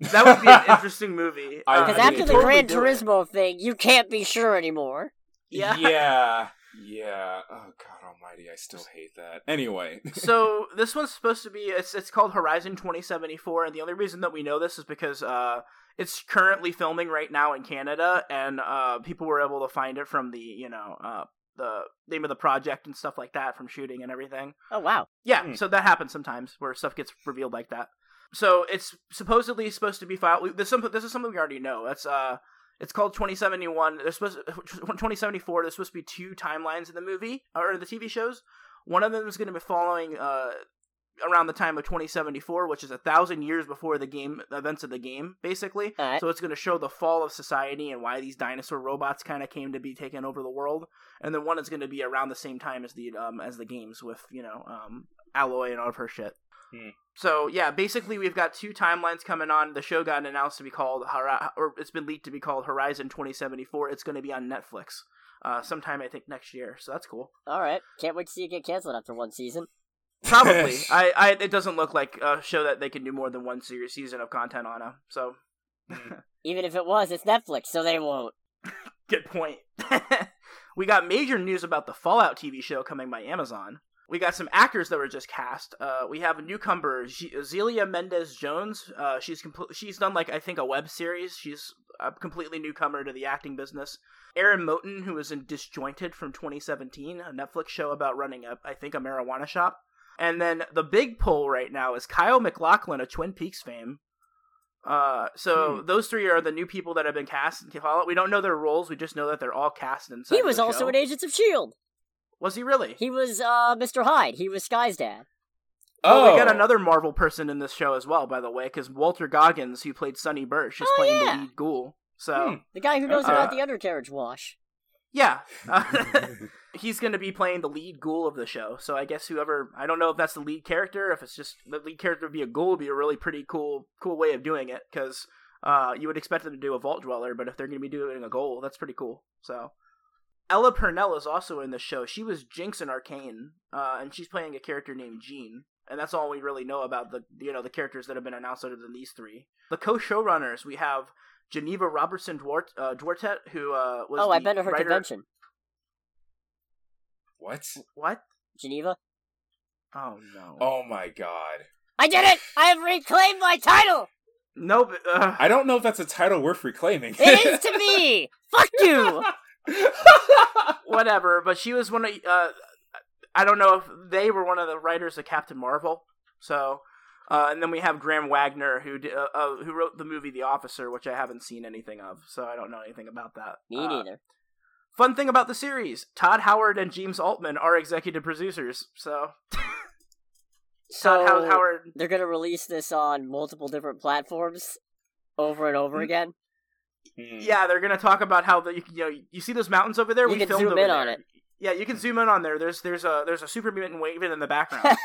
S2: that would be an interesting movie.
S3: I-
S2: Uh,
S1: Because
S2: they
S3: I
S1: after
S3: mean,
S1: the
S2: totally
S1: Gran
S2: do it.
S1: Turismo thing, you can't be sure anymore.
S2: yeah,
S3: yeah. Yeah. Oh God Almighty, I still hate that. Anyway,
S2: so this one's supposed to be it's it's called Horizon 2074, and the only reason that we know this is because uh, it's currently filming right now in Canada, and uh, people were able to find it from the you know uh, the name of the project and stuff like that from shooting and everything.
S1: Oh wow.
S2: Yeah,
S3: Hmm.
S2: so that happens sometimes where stuff gets revealed like that. So it's supposedly supposed to be filed. we- This, some- this is something we already know. That's uh, it's called 2071. There's supposed 2074. There's supposed to be two timelines in the movie or the TV shows. One of them is going to be following uh, around the time of 2074, which is a thousand years before the game events of the game, basically.
S1: All right.
S2: So it's going to show the fall of society and why these dinosaur robots kind of came to be taking over the world. And then one is going to be around the same time as the um, as the games with you know um, Alloy and all of her shit.
S3: Hmm.
S2: So yeah, basically we've got two timelines coming on. The show got announced to be called Hora- or it's been leaked to be called Horizon 2074. It's going to be on Netflix uh, sometime I think next year. So that's cool.
S1: All right. Can't wait to see it get canceled after one season.
S2: Probably. I, I it doesn't look like a show that they can do more than one series season of content on. 'em, So
S1: Even if it was, it's Netflix, so they won't.
S2: Good point. we got major news about the Fallout TV show coming by Amazon. We got some actors that were just cast. Uh, we have a newcomer, G- Zelia Mendez Jones. Uh, she's compl- she's done like I think a web series. She's a completely newcomer to the acting business. Aaron Moten, who was in Disjointed from 2017, a Netflix show about running a I think a marijuana shop. And then the big pull right now is Kyle McLaughlin of Twin Peaks fame. Uh, so
S1: Hmm.
S2: those three are the new people that have been cast in Fallout. We don't know their roles. We just know that they're all cast inside.
S1: He was also in
S2: an.
S1: Agents of Shield.
S2: Was he really?
S1: E He was uh Mr. Hyde. He was Sky's dad.
S2: Oh, we got another Marvel person in this show as well, by the way, because Walter Goggins, who played Sonny Burch, is
S1: Oh,
S2: playing
S1: yeah.
S2: the lead ghoul. So
S3: Hmm.
S1: The guy who knows
S2: Uh,
S1: about the undercarriage wash.
S2: yeah, Uh,
S3: Hmm.
S2: he's going to be playing the lead ghoul of the show. So I guess whoever I don't know if that's the lead character, if it's just the lead character would be a ghoul, would be a really pretty cool cool way of doing it because uh, you would expect them to do a vault dweller, but if they're going to be doing a ghoul, that's pretty cool. So. Ella Purnell is also in the show. She was Jinx in Arcane, uh, and she's playing a character named Jean. And that's all we really know about the you know the characters that have been announced other than these three. The co-showrunners we have Geneva Robertson Duarte, uh, Duarte who uh, was
S1: Oh,
S2: the
S1: I've been to her
S2: writer-
S1: convention.
S3: what?
S2: What?
S1: Geneva.
S2: Oh no.
S3: Oh my God!
S1: I did it! I have reclaimed my title!
S2: No, but, uh,
S3: I don't know if that's a title worth reclaiming.
S1: It is to me! Fuck you!
S2: Uh, whatever. But she was one of. Uh, I don't know if they were one of the writers of Captain Marvel. So, uh, and then we have Graham Wagner, who d- uh, uh, who wrote the movie The Officer, which I haven't seen anything of, so I don't know anything about that.
S1: Me
S2: Uh,
S1: neither.
S2: Fun thing about the series: Todd Howard and James Altman are executive producers. So,
S1: So
S2: Todd How- Howard.
S1: they're gonna release this on multiple different platforms over and over
S2: Mm.
S1: again.
S3: Hmm.
S2: Yeah, they're gonna talk about how the you, you know you see those mountains over there.
S1: You
S2: we
S1: can
S2: filmed
S1: zoom
S2: over
S1: in
S2: there.
S1: on it.
S2: Yeah, you can zoom in on there. There's there's a there's a super mutant waving in the background.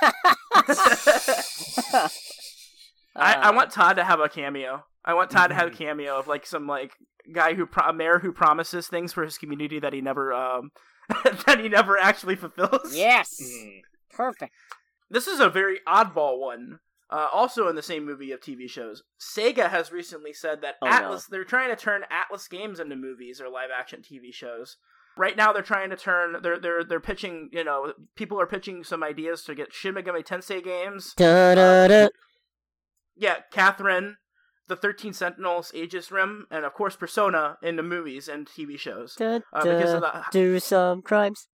S2: I, I
S1: Uh, Mhm.
S2: want Todd to have a cameo. I want Todd to have a cameo of like some like guy who pro- a mayor who promises things for his community that he never um that he never actually fulfills.
S1: Yes!
S2: Mm-hmm.
S3: Hmm.
S1: Perfect.
S2: This is a very oddball one. Uh, also in the same movie of TV shows, Sega has recently said that
S1: Oh, no.
S2: Atlas they're trying to turn Atlas games into movies or live action TV shows. Right now they're trying to turn they're they're they're pitching, you know, people are pitching some ideas to get Shin Megami Tensei games
S1: Da-da-da.
S2: yeah, Catherine, the Thirteen Sentinels, Aegis Rim, and of course Persona in the movies and TV shows
S1: Da,
S2: uh, because of
S1: da,
S2: the
S1: Do some crimes.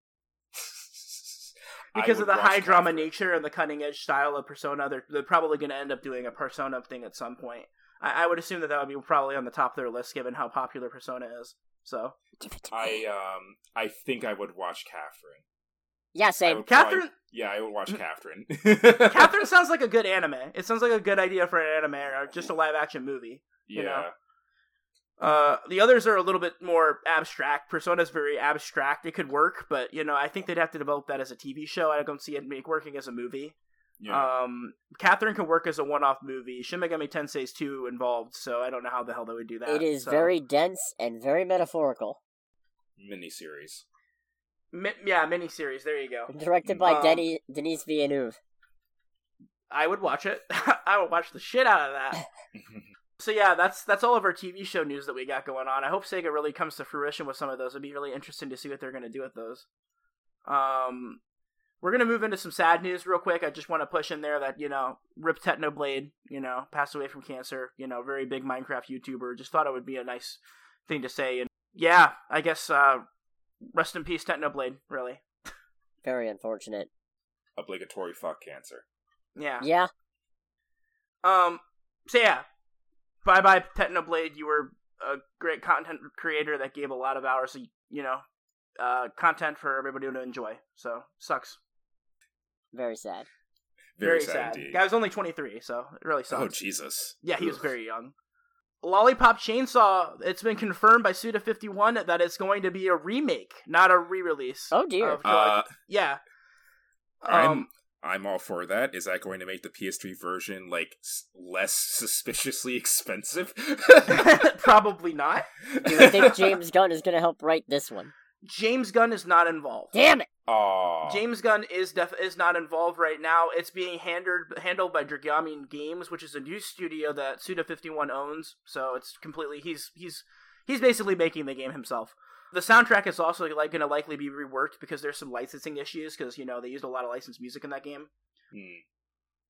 S3: I
S2: because of
S3: would
S2: the
S3: watch
S2: high
S3: that.
S2: drama nature and the cutting edge style of Persona. They're they're probably going to end up doing a Persona thing at some point. I, I would assume that that would be probably on the top of their list given how popular Persona is. So
S1: Give it to me.
S3: I um I think I would watch Catherine.
S1: yeah,
S3: I
S1: same.
S3: would probably-
S2: Catherine- Mm.
S3: yeah, I would watch Catherine.
S2: Catherine sounds like a good anime. It sounds like a good idea for an anime or just a live action movie.
S3: Yeah.
S2: you know. Uh, the others are a little bit more abstract. Persona's very abstract. It could work, but you know, I think they'd have to develop that as a TV show. I don't see it make working as a movie.
S3: Yeah.
S2: Um, Catherine could work as a one-off movie. Shin Megami Tensei is too involved, so I don't know how the hell they would do that.
S1: It is
S2: so.
S1: very dense and very metaphorical.
S3: Miniseries.
S2: Mi- yeah, miniseries. There you go.
S1: Directed by
S2: Um,
S1: Denny, Denise Villeneuve.
S2: I would watch it. I would watch the shit out of that. So yeah, that's that's all of our TV show news that we got going on. I hope Sega really comes to fruition with some of those. It'd be really interesting to see what they're going to do with those. Um, we're gonna move into some sad news real quick. I just want to push in there that you know, Rip Technoblade, you know, passed away from cancer. You know, very big Minecraft YouTuber. Just thought it would be a nice thing to say. And yeah, I guess uh, rest in peace, Technoblade. Really.
S1: Very unfortunate.
S3: Obligatory fuck cancer.
S2: Yeah.
S1: Yeah.
S2: Um. So yeah, bye bye Technoblade. You were a great content creator that gave a lot of hours, of, you know, uh, content for everybody to enjoy. So sucks.
S1: Very sad.
S3: Very, sad, indeed.
S2: Guy was only twenty three, so it really sucks.
S3: Oh Jesus.
S2: Yeah, he was
S3: Ugh.
S2: very young. Lollipop Chainsaw. It's been confirmed by Suda Fifty One that it's going to be a remake, not a re release.
S1: Oh dear.
S2: Of-
S3: Uh,
S2: Yeah. Um,
S3: I'm I'm all for that. Is that going to make the PS3 version like s- less suspiciously expensive?
S2: probably not.
S1: Do you think James Gunn is going to help write this one?
S2: James Gunn is not involved.
S1: Damn it!
S3: Aw.
S2: James Gunn is def- is not involved right now. It's being handled handled by Dragamian Games, which is a new studio that Suda Fifty One owns. So it's completely he's he's he's basically making the game himself. The soundtrack is also like going to likely be reworked because there's some licensing issues because you know they used a lot of licensed music in that game.
S3: Hmm.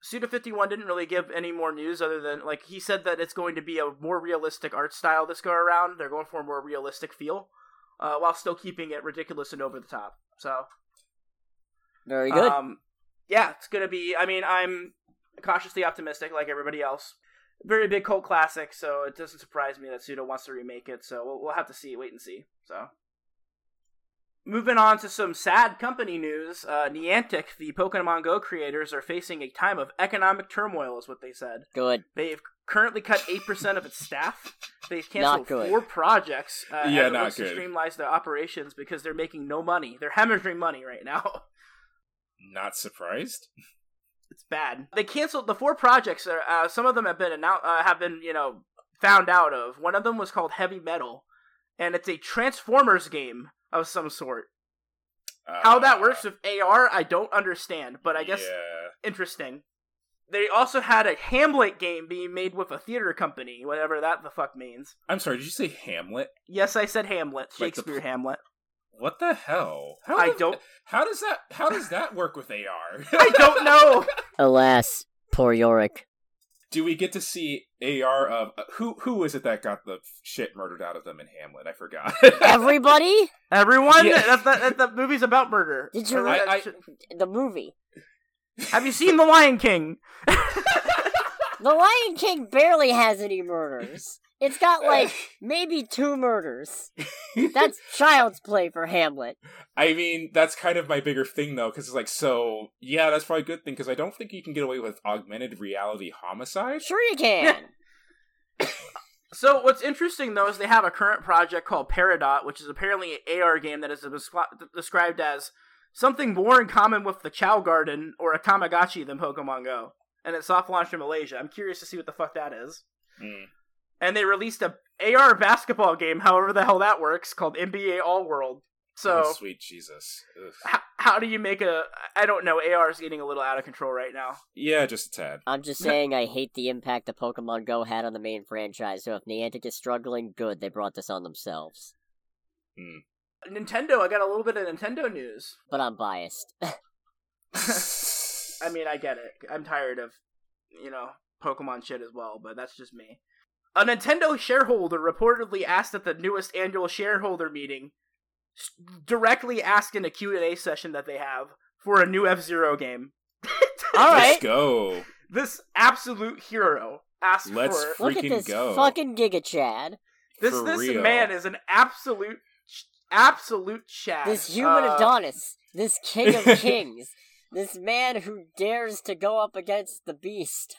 S2: Suda Fifty One didn't really give any more news other than like he said that it's going to be a more realistic art style this go around. They're going for a more realistic feel, uh, while still keeping it ridiculous and over the top. So
S1: Very good.
S2: um, yeah, it's gonna be. I mean, I'm cautiously optimistic, like everybody else. Very big cult classic, so it doesn't surprise me that Suda wants to remake it. So we'll, we'll have to see, wait and see. So, moving on to some sad company news. Uh, Niantic, the Pokemon Go creators, are facing a time of economic turmoil, is what they said.
S1: good.
S2: They've currently cut eight percent of its staff. They've canceled
S1: Not good.
S2: four projects. Uh,
S3: Yeah,
S2: as it
S3: not
S2: looks to
S3: good.
S2: Streamline their operations because they're making no money. They're hemorrhaging money right now.
S3: Not surprised.
S2: it's bad. They canceled the four projects. that are- Uh, some of them have been announced, uh, have been you know found out of. One of them was called Heavy Metal, and it's a Transformers game of some sort.
S3: Uh,
S2: How that works with AR, I don't understand, but I guess
S3: Yeah.
S2: interesting. They also had a Hamlet game being made with a theater company, whatever that the fuck means.
S3: I'm sorry. Did you say Hamlet?
S2: Yes, I said Hamlet,
S3: Like the
S2: Shakespeare
S3: pl-
S2: Hamlet.
S3: What the hell? How
S2: I
S3: the-
S2: don't-
S3: How does that? How does that work with AR?
S2: I don't know.
S1: Alas, poor Yorick.
S3: Do we get to see AR of uh, who? Who is it that got the shit murdered out of them in Hamlet? I forgot.
S1: Everybody,
S2: Everyone,
S3: Yeah.
S2: that, that, that, that movie's about murder.
S1: Did you-
S2: That-
S3: I- I-
S2: that-
S1: the movie,
S2: have you seen The Lion King?
S1: The Lion King barely has any murders. It's got like maybe two murders. That's child's play for Hamlet.
S3: I mean, that's kind of my bigger thing though, because it's like, so yeah, that's probably a good thing because I don't think you can get away with augmented reality homicide.
S1: Sure you can.
S2: So what's interesting though is they have a current project called Peridot, which is apparently an AR game that is descri- described as something more in common with the Chow Garden or a Tamagotchi than Pokemon Go, and it's soft launched in Malaysia. I'm curious to see what the fuck that is.
S3: Mm.
S2: And they released a AR basketball game, however the hell that works, called NBA All World. So
S3: Oh, sweet Jesus. Ugh.
S2: h- how do you make a? I don't know. AR is getting a little out of control right now.
S3: Yeah, just a tad.
S1: I'm just saying I hate the impact the Pokemon Go had on the main franchise, so if Niantic is struggling, good, they brought this on themselves.
S2: Nintendo. I got a little bit of Nintendo news.
S1: But I'm biased.
S2: I mean, I get it. I'm tired of, you know, Pokemon shit as well, but that's just me. A Nintendo shareholder reportedly asked at the newest annual shareholder meeting, s- directly asked in a Q&A session that they have for a new F-Zero game.
S1: Alright,
S3: Let's go.
S2: This absolute hero asked
S3: Let's
S2: for...
S1: look at
S3: freaking
S1: this
S3: go.
S1: fucking Giga Chad.
S2: This,
S3: for
S2: this
S3: real.
S2: man is an absolute, ch- absolute chad.
S1: This human
S2: Uh,
S1: Adonis, this king of kings, this man who dares to go up against the beast.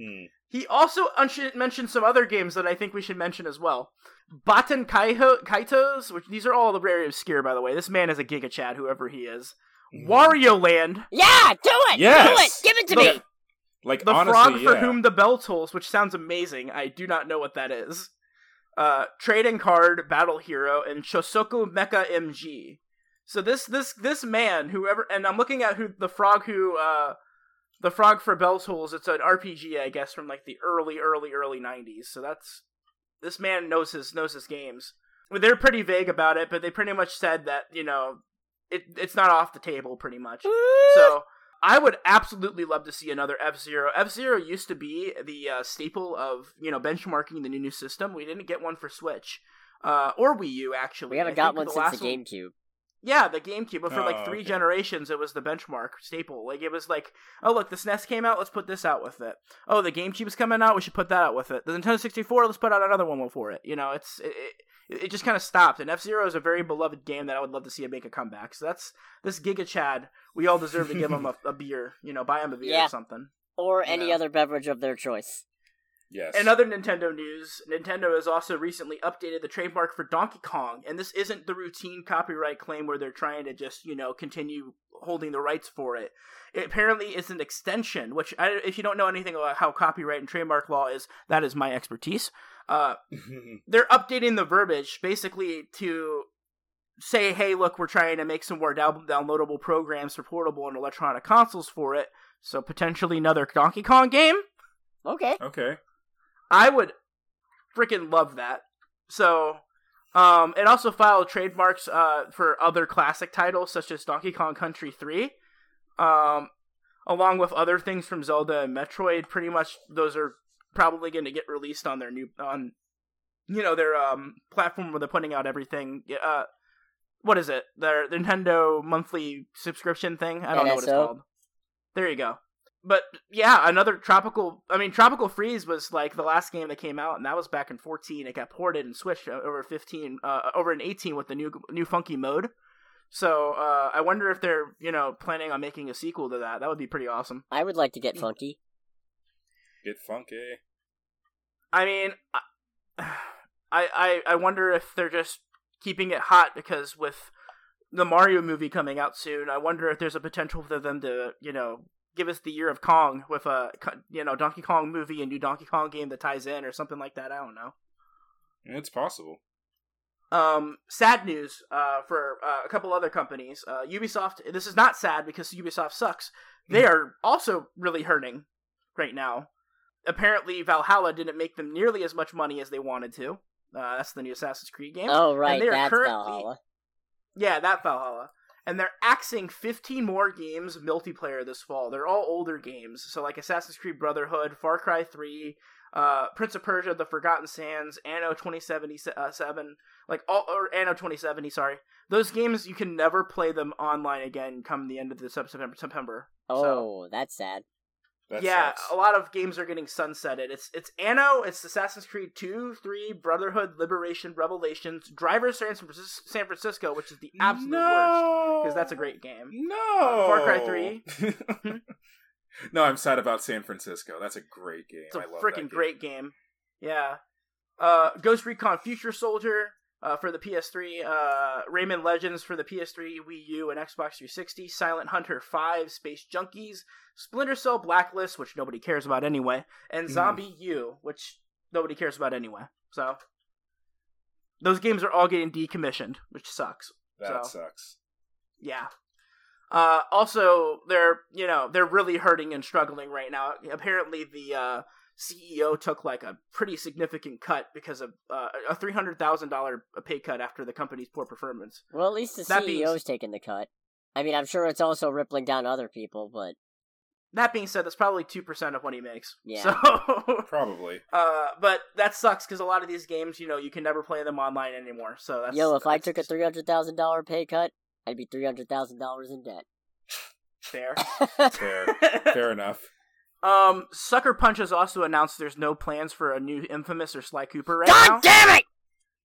S3: Mm.
S2: He also unsh- mentioned some other games that I think we should mention as well. Batten Kaiho- Kaitos, which these are all very obscure, by the way. This man is a Giga Chad, whoever he is.
S3: Mm.
S2: Wario Land,
S1: Yeah, do it!
S3: Yes!
S1: Do it! Give it to
S2: The-
S1: me!
S3: Like
S2: The
S3: honestly,
S2: Frog for
S3: yeah.
S2: Whom the Bell Tolls, which sounds amazing. I do not know what that is. Uh, Trading Card, Battle Hero, and Shosoku Mecha MG. So this this this man, whoever, and I'm looking at who the Frog who uh, the Frog for Bell Tolls. It's an RPG, I guess, from like the early early early '90s. So that's this man knows his knows his games. Well, they're pretty vague about it, but they pretty much said that you know it, it's not off the table pretty much. So I would absolutely love to see another F Zero. F Zero used to be the uh, staple of you know benchmarking the new new system. We didn't get one for Switch uh, or Wii U actually.
S1: we haven't
S2: I
S1: got
S2: think
S1: one
S2: the
S1: since
S2: last
S1: the GameCube.
S2: Yeah, the GameCube, but for
S3: Oh,
S2: like three
S3: okay.
S2: generations, it was the benchmark staple. Like it was like, oh look, the SNES came out, let's put this out with it. Oh, the GameCube's coming out, we should put that out with it. The Nintendo sixty four, let's put out another one for it. You know, it's it, it, it just kind of stopped. And F Zero is a very beloved game that I would love to see it make a comeback. So that's this Giga Chad. We all deserve to give him a, a beer. You know, buy him a beer
S1: Yeah.
S2: or something.
S1: Or
S2: You
S1: any
S2: know.
S1: other beverage of their choice.
S3: Yes.
S2: In other Nintendo news, Nintendo has also recently updated the trademark for Donkey Kong, and this isn't the routine copyright claim where they're trying to just, you know, continue holding the rights for it. It apparently is an extension, which, I, if you don't know anything about how copyright and trademark law is, that is my expertise. Uh, they're updating the verbiage basically to say, hey, look, we're trying to make some more down- downloadable programs for portable and electronic consoles for it, so potentially another Donkey Kong game?
S1: Okay.
S3: okay.
S2: I would freaking love that. So, um, it also filed trademarks uh, for other classic titles such as Donkey Kong Country 3, um, along with other things from Zelda and Metroid. Pretty much, those are probably going to get released on their new on, you know, their um platform where they're putting out everything. Yeah, Uh, what is it? Their Nintendo monthly subscription thing. I don't know what it's
S1: NSO?
S2: called. There you go but yeah, another tropical. I mean, Tropical Freeze was like the last game that came out, and that was back in 14. It got ported and switched o- over 15, uh, over in 18 with the new new funky mode. So uh, I wonder if they're you know planning on making a sequel to that. That would be pretty awesome.
S1: I would like to
S2: Mm.
S1: get funky.
S3: Get funky.
S2: I mean, I I, I wonder if they're just keeping it hot because with the Mario movie coming out soon, I wonder if there's a potential for them to you know give us the year of Kong with a you know Donkey Kong movie and new Donkey Kong game that ties in or something like that. I don't know.
S3: It's possible.
S2: Um, sad news uh, for uh, a couple other companies. Uh, Ubisoft. This is not sad because Ubisoft sucks. They are also really hurting right now. Apparently, Valhalla didn't make them nearly as much money as they wanted to. Uh, that's the new Assassin's Creed game.
S1: Oh right,
S2: they are
S1: that's
S2: currently-
S1: Valhalla.
S2: Yeah, that Valhalla. And they're axing 15 more games multiplayer this fall. They're all older games. So, like Assassin's Creed Brotherhood, Far Cry 3, uh, Prince of Persia, The Forgotten Sands, Anno 2077, uh, like all, or Anno 2070, sorry. Those games, you can never play them online again come the end of the sub- September. September. So-
S1: Oh, that's sad.
S3: That
S2: yeah, oh,
S3: sucks.
S2: a lot of games are getting sunsetted. It's it's Anno, it's Assassin's Creed 2, 3, Brotherhood, Liberation, Revelations, Driver San Francisco, San Francisco which is the absolute worst because that's a great game.
S3: No.
S2: Uh, Far Cry 3.
S3: no, I'm sad about San Francisco. That's a great game.
S2: It's a
S3: I love that
S2: freaking
S3: game.
S2: great game. Yeah. Uh, Ghost Recon Future Soldier uh, for the PS3, uh, Rayman Legends for the PS3, Wii U, and Xbox 360, Silent Hunter 5, Space Junkies, Splinter Cell Blacklist, which nobody cares about anyway, and
S3: Mhm.
S2: Zombie U, which nobody cares about anyway. So those games are all getting decommissioned, which sucks.
S3: That
S2: So.
S3: sucks.
S2: Yeah. Uh, also, they're you know they're really hurting and struggling right now. Apparently, the uh, CEO took like a pretty significant cut because of uh, a three hundred thousand dollar pay cut after the company's poor performance.
S1: Well, at least the
S2: That being-
S1: CEO's taking the cut. I mean, I'm sure it's also rippling down to other people, but
S2: That being said, that's probably two percent of what he makes.
S1: Yeah.
S2: So,
S3: Probably.
S2: uh, but that sucks because a lot of these games, you know, you can never play them online anymore. So that's
S1: yo, if I
S2: that's
S1: took a
S2: just
S1: three hundred thousand dollar pay cut, I'd be three hundred thousand dollars in debt.
S2: fair.
S3: Fair. Fair enough.
S2: um, Sucker Punch has also announced there's no plans for a new Infamous or Sly Cooper right now.
S1: God damn it!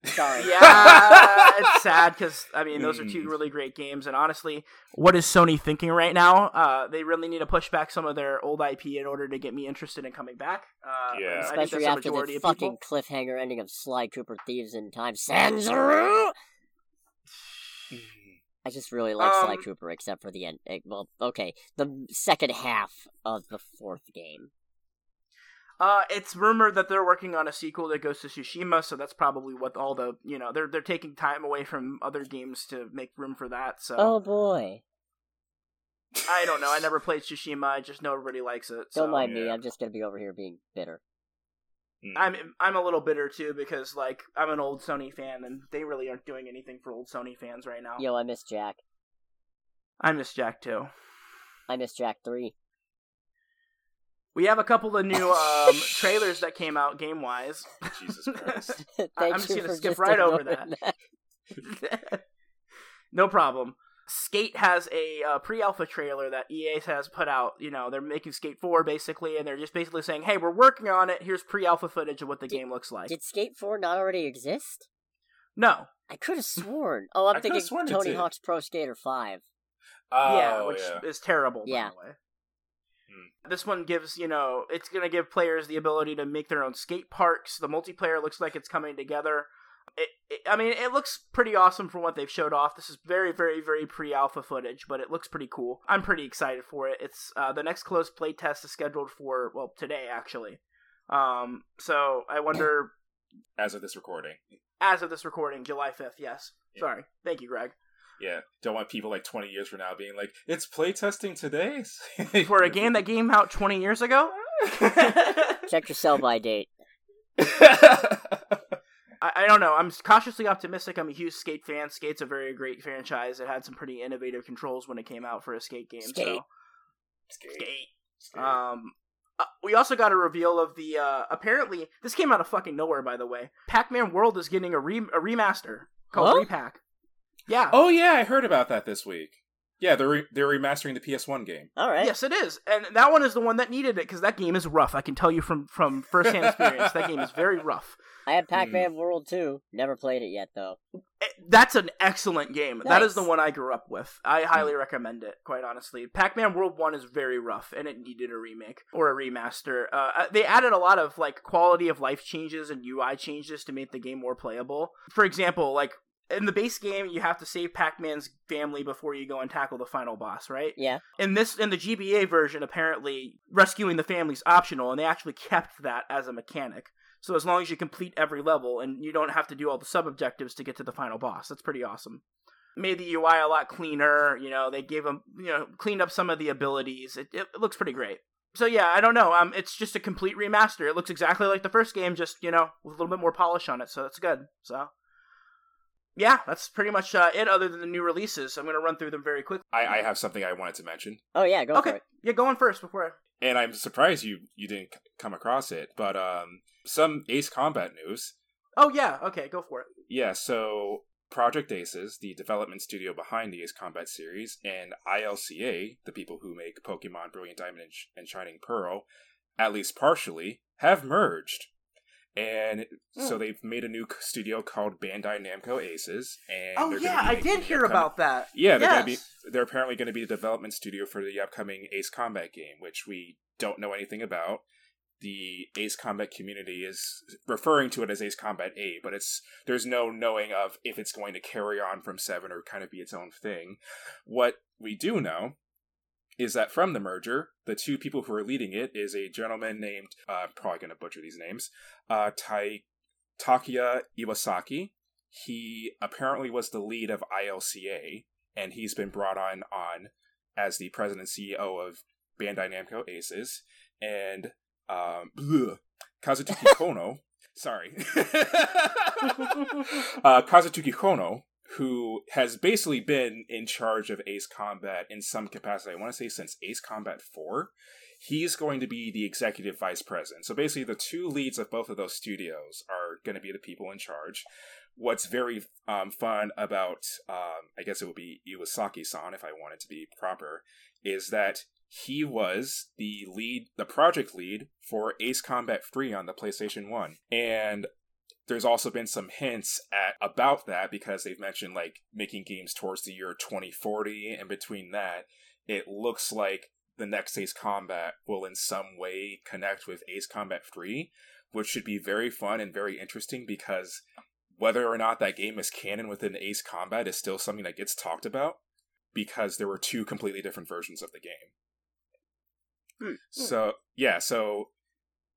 S1: Sorry.
S2: yeah, it's sad because I mean those are two
S3: Mm.
S2: really great games, and honestly, what is Sony thinking right now? Uh, they really need to push back some of their old IP in order to get me interested in coming back. Uh,
S3: Yeah.
S2: I think
S1: Especially
S2: that's
S1: after
S2: the majority
S1: the
S2: of
S1: fucking
S2: people.
S1: cliffhanger ending of Sly Cooper Thieves in Time. Sanzaru! I just really like Sly
S2: Um,
S1: Cooper, except for the end. eh, Well, okay, the second half of the fourth game.
S2: Uh, it's rumored that they're working on a sequel to Ghost of Tsushima, so that's probably what all the you know they're they're taking time away from other games to make room for that. So
S1: Oh boy!
S2: I don't know. I never played Tsushima. I just know everybody likes it. So.
S1: Don't mind me.
S3: yeah.
S1: I'm just gonna be over here being bitter.
S3: Mm,
S2: I'm I'm a little bitter too because like I'm an old Sony fan and they really aren't doing anything for old Sony fans right now.
S1: Yo, I miss Jack.
S2: I miss Jack too.
S1: I miss Jack 3.
S2: We have a couple of new um, trailers that came out game wise.
S3: Jesus Christ.
S1: Thank
S2: I'm just
S1: you
S2: gonna
S1: for
S2: skip
S1: just
S2: right over
S1: ignoring
S2: that. no problem. Skate has a uh, pre-alpha trailer that EA has put out. You know, they're making Skate 4 basically, and they're just basically saying, "Hey, we're working on it. Here's pre-alpha footage of what the
S1: Did-
S2: game looks like."
S1: Did Skate 4 not already exist?
S2: no,
S1: I could have sworn. Oh, I'm
S3: I coulda
S1: thinking
S3: sworn it
S1: Tony
S3: did.
S1: Hawk's Pro Skater 5.
S3: Oh, Hmm.
S2: yeah, which is terrible.
S1: Yeah.
S2: By the way. This one gives, you know, it's going to give players the ability to make their own skate parks. The multiplayer looks like it's coming together. It, it, I mean, it looks pretty awesome from what they've showed off. This is very, very, very pre-alpha footage, but it looks pretty cool. I'm pretty excited for it. It's uh, the next close playtest is scheduled for well today actually. Um, so I wonder,
S3: As of this recording.
S2: as of this recording, July 5th. Yes,
S3: Yeah.
S2: sorry, thank you, Greg.
S3: Yeah. Don't want people like 20 years from now being like, it's playtesting today.
S2: For a game that came out 20 years ago.
S1: Check your sell by date.
S2: I, I don't know. I'm cautiously optimistic. I'm a huge skate fan. Skate's a very great franchise. It had some pretty innovative controls when it came out for a skate game.
S1: Skate.
S2: So,
S3: Skate.
S2: skate. Um, uh, we also got a reveal of the. Uh, apparently, this came out of fucking nowhere. By the way, Pac-Man World is getting a, re- a remaster called
S1: Huh?
S2: Repack. Yeah.
S3: Oh yeah, I heard about that this week. Yeah, they're re- they're remastering the PS1 game.
S1: All right.
S2: Yes, it is, and that one is the one that needed it because that game is rough. I can tell you from from firsthand experience, that game is very rough.
S1: I
S2: Hmm.
S1: had Pac Man World 2. Never played it yet, though.
S2: Eh, that's an excellent game. That is the
S1: Nice. Hmm.
S2: one I grew up with. I highly recommend it, quite honestly. Pac-Man World 1 is very rough and it needed a remake or a remaster. Uh, uh, they added a lot of like quality of life changes and UI changes to make the game more playable. For example, like in the base game, you have to save Pac-Man's family before you go and tackle the final boss, right?
S1: Yeah.
S2: In this in the GBA version, apparently rescuing the family's optional and they actually kept that as a mechanic. So as long as you complete every level and you don't have to do all the sub objectives to get to the final boss, that's pretty awesome. Made the UI a lot cleaner. You know, they gave them, you know, cleaned up some of the abilities. It, it, it looks pretty great. So yeah, I don't know. Um, it's just a complete remaster. It looks exactly like the first game, just you know, with a little bit more polish on it. So that's good. So yeah, that's pretty much uh, it. Other than the new releases, I'm gonna run through them very quickly.
S3: I, I have something I wanted to mention,
S1: Oh, yeah, go
S2: Okay,
S1: for it.
S2: yeah, going first before. I...
S3: and I'm surprised you you didn't c- come across it. But um, some Ace Combat news.
S2: Oh yeah, okay, go for it.
S3: Yeah, so Project Aces, the development studio behind the Ace Combat series, and ILCA, the people who make Pokemon Brilliant Diamond and, Sh- and Shining Pearl, at least partially, have merged. And
S2: Hmm.
S3: so they've made a new c- studio called Bandai Namco Aces. And
S2: Oh
S3: they're gonna
S2: yeah, I
S3: be making
S2: did
S3: the
S2: hear
S3: upcoming-
S2: about that.
S3: Yeah, they're
S2: yes.
S3: gonna be they're apparently going to be the development studio for the upcoming Ace Combat game, which we don't know anything about. The Ace Combat community is referring to it as Ace Combat A, but it's there's no knowing of if it's going to carry on from 7 or kind of be its own thing. What we do know is that from the merger, the two people who are leading it is a gentleman named uh, I'm probably going to butcher these names, uh, Tai Takia Iwasaki. He apparently was the lead of ILCA, and he's been brought on on as the president and CEO of Bandai Namco Aces, and um, bleh, Kazutuki Kono. Sorry, uh, Kazutuki Kono, who has basically been in charge of Ace Combat in some capacity. I want to say since Ace Combat Four. He's going to be the executive vice president. So basically, the two leads of both of those studios are going to be the people in charge what's very um, fun about um, i guess it would be iwasaki-san if i wanted to be proper is that he was the lead the project lead for ace combat 3 on the playstation 1 and there's also been some hints at about that because they've mentioned like making games towards the year 2040 and between that it looks like the next ace combat will in some way connect with ace combat 3 which should be very fun and very interesting because whether or not that game is canon within Ace Combat is still something that gets talked about because there were two completely different versions of the game.
S2: Hmm.
S3: So, yeah, so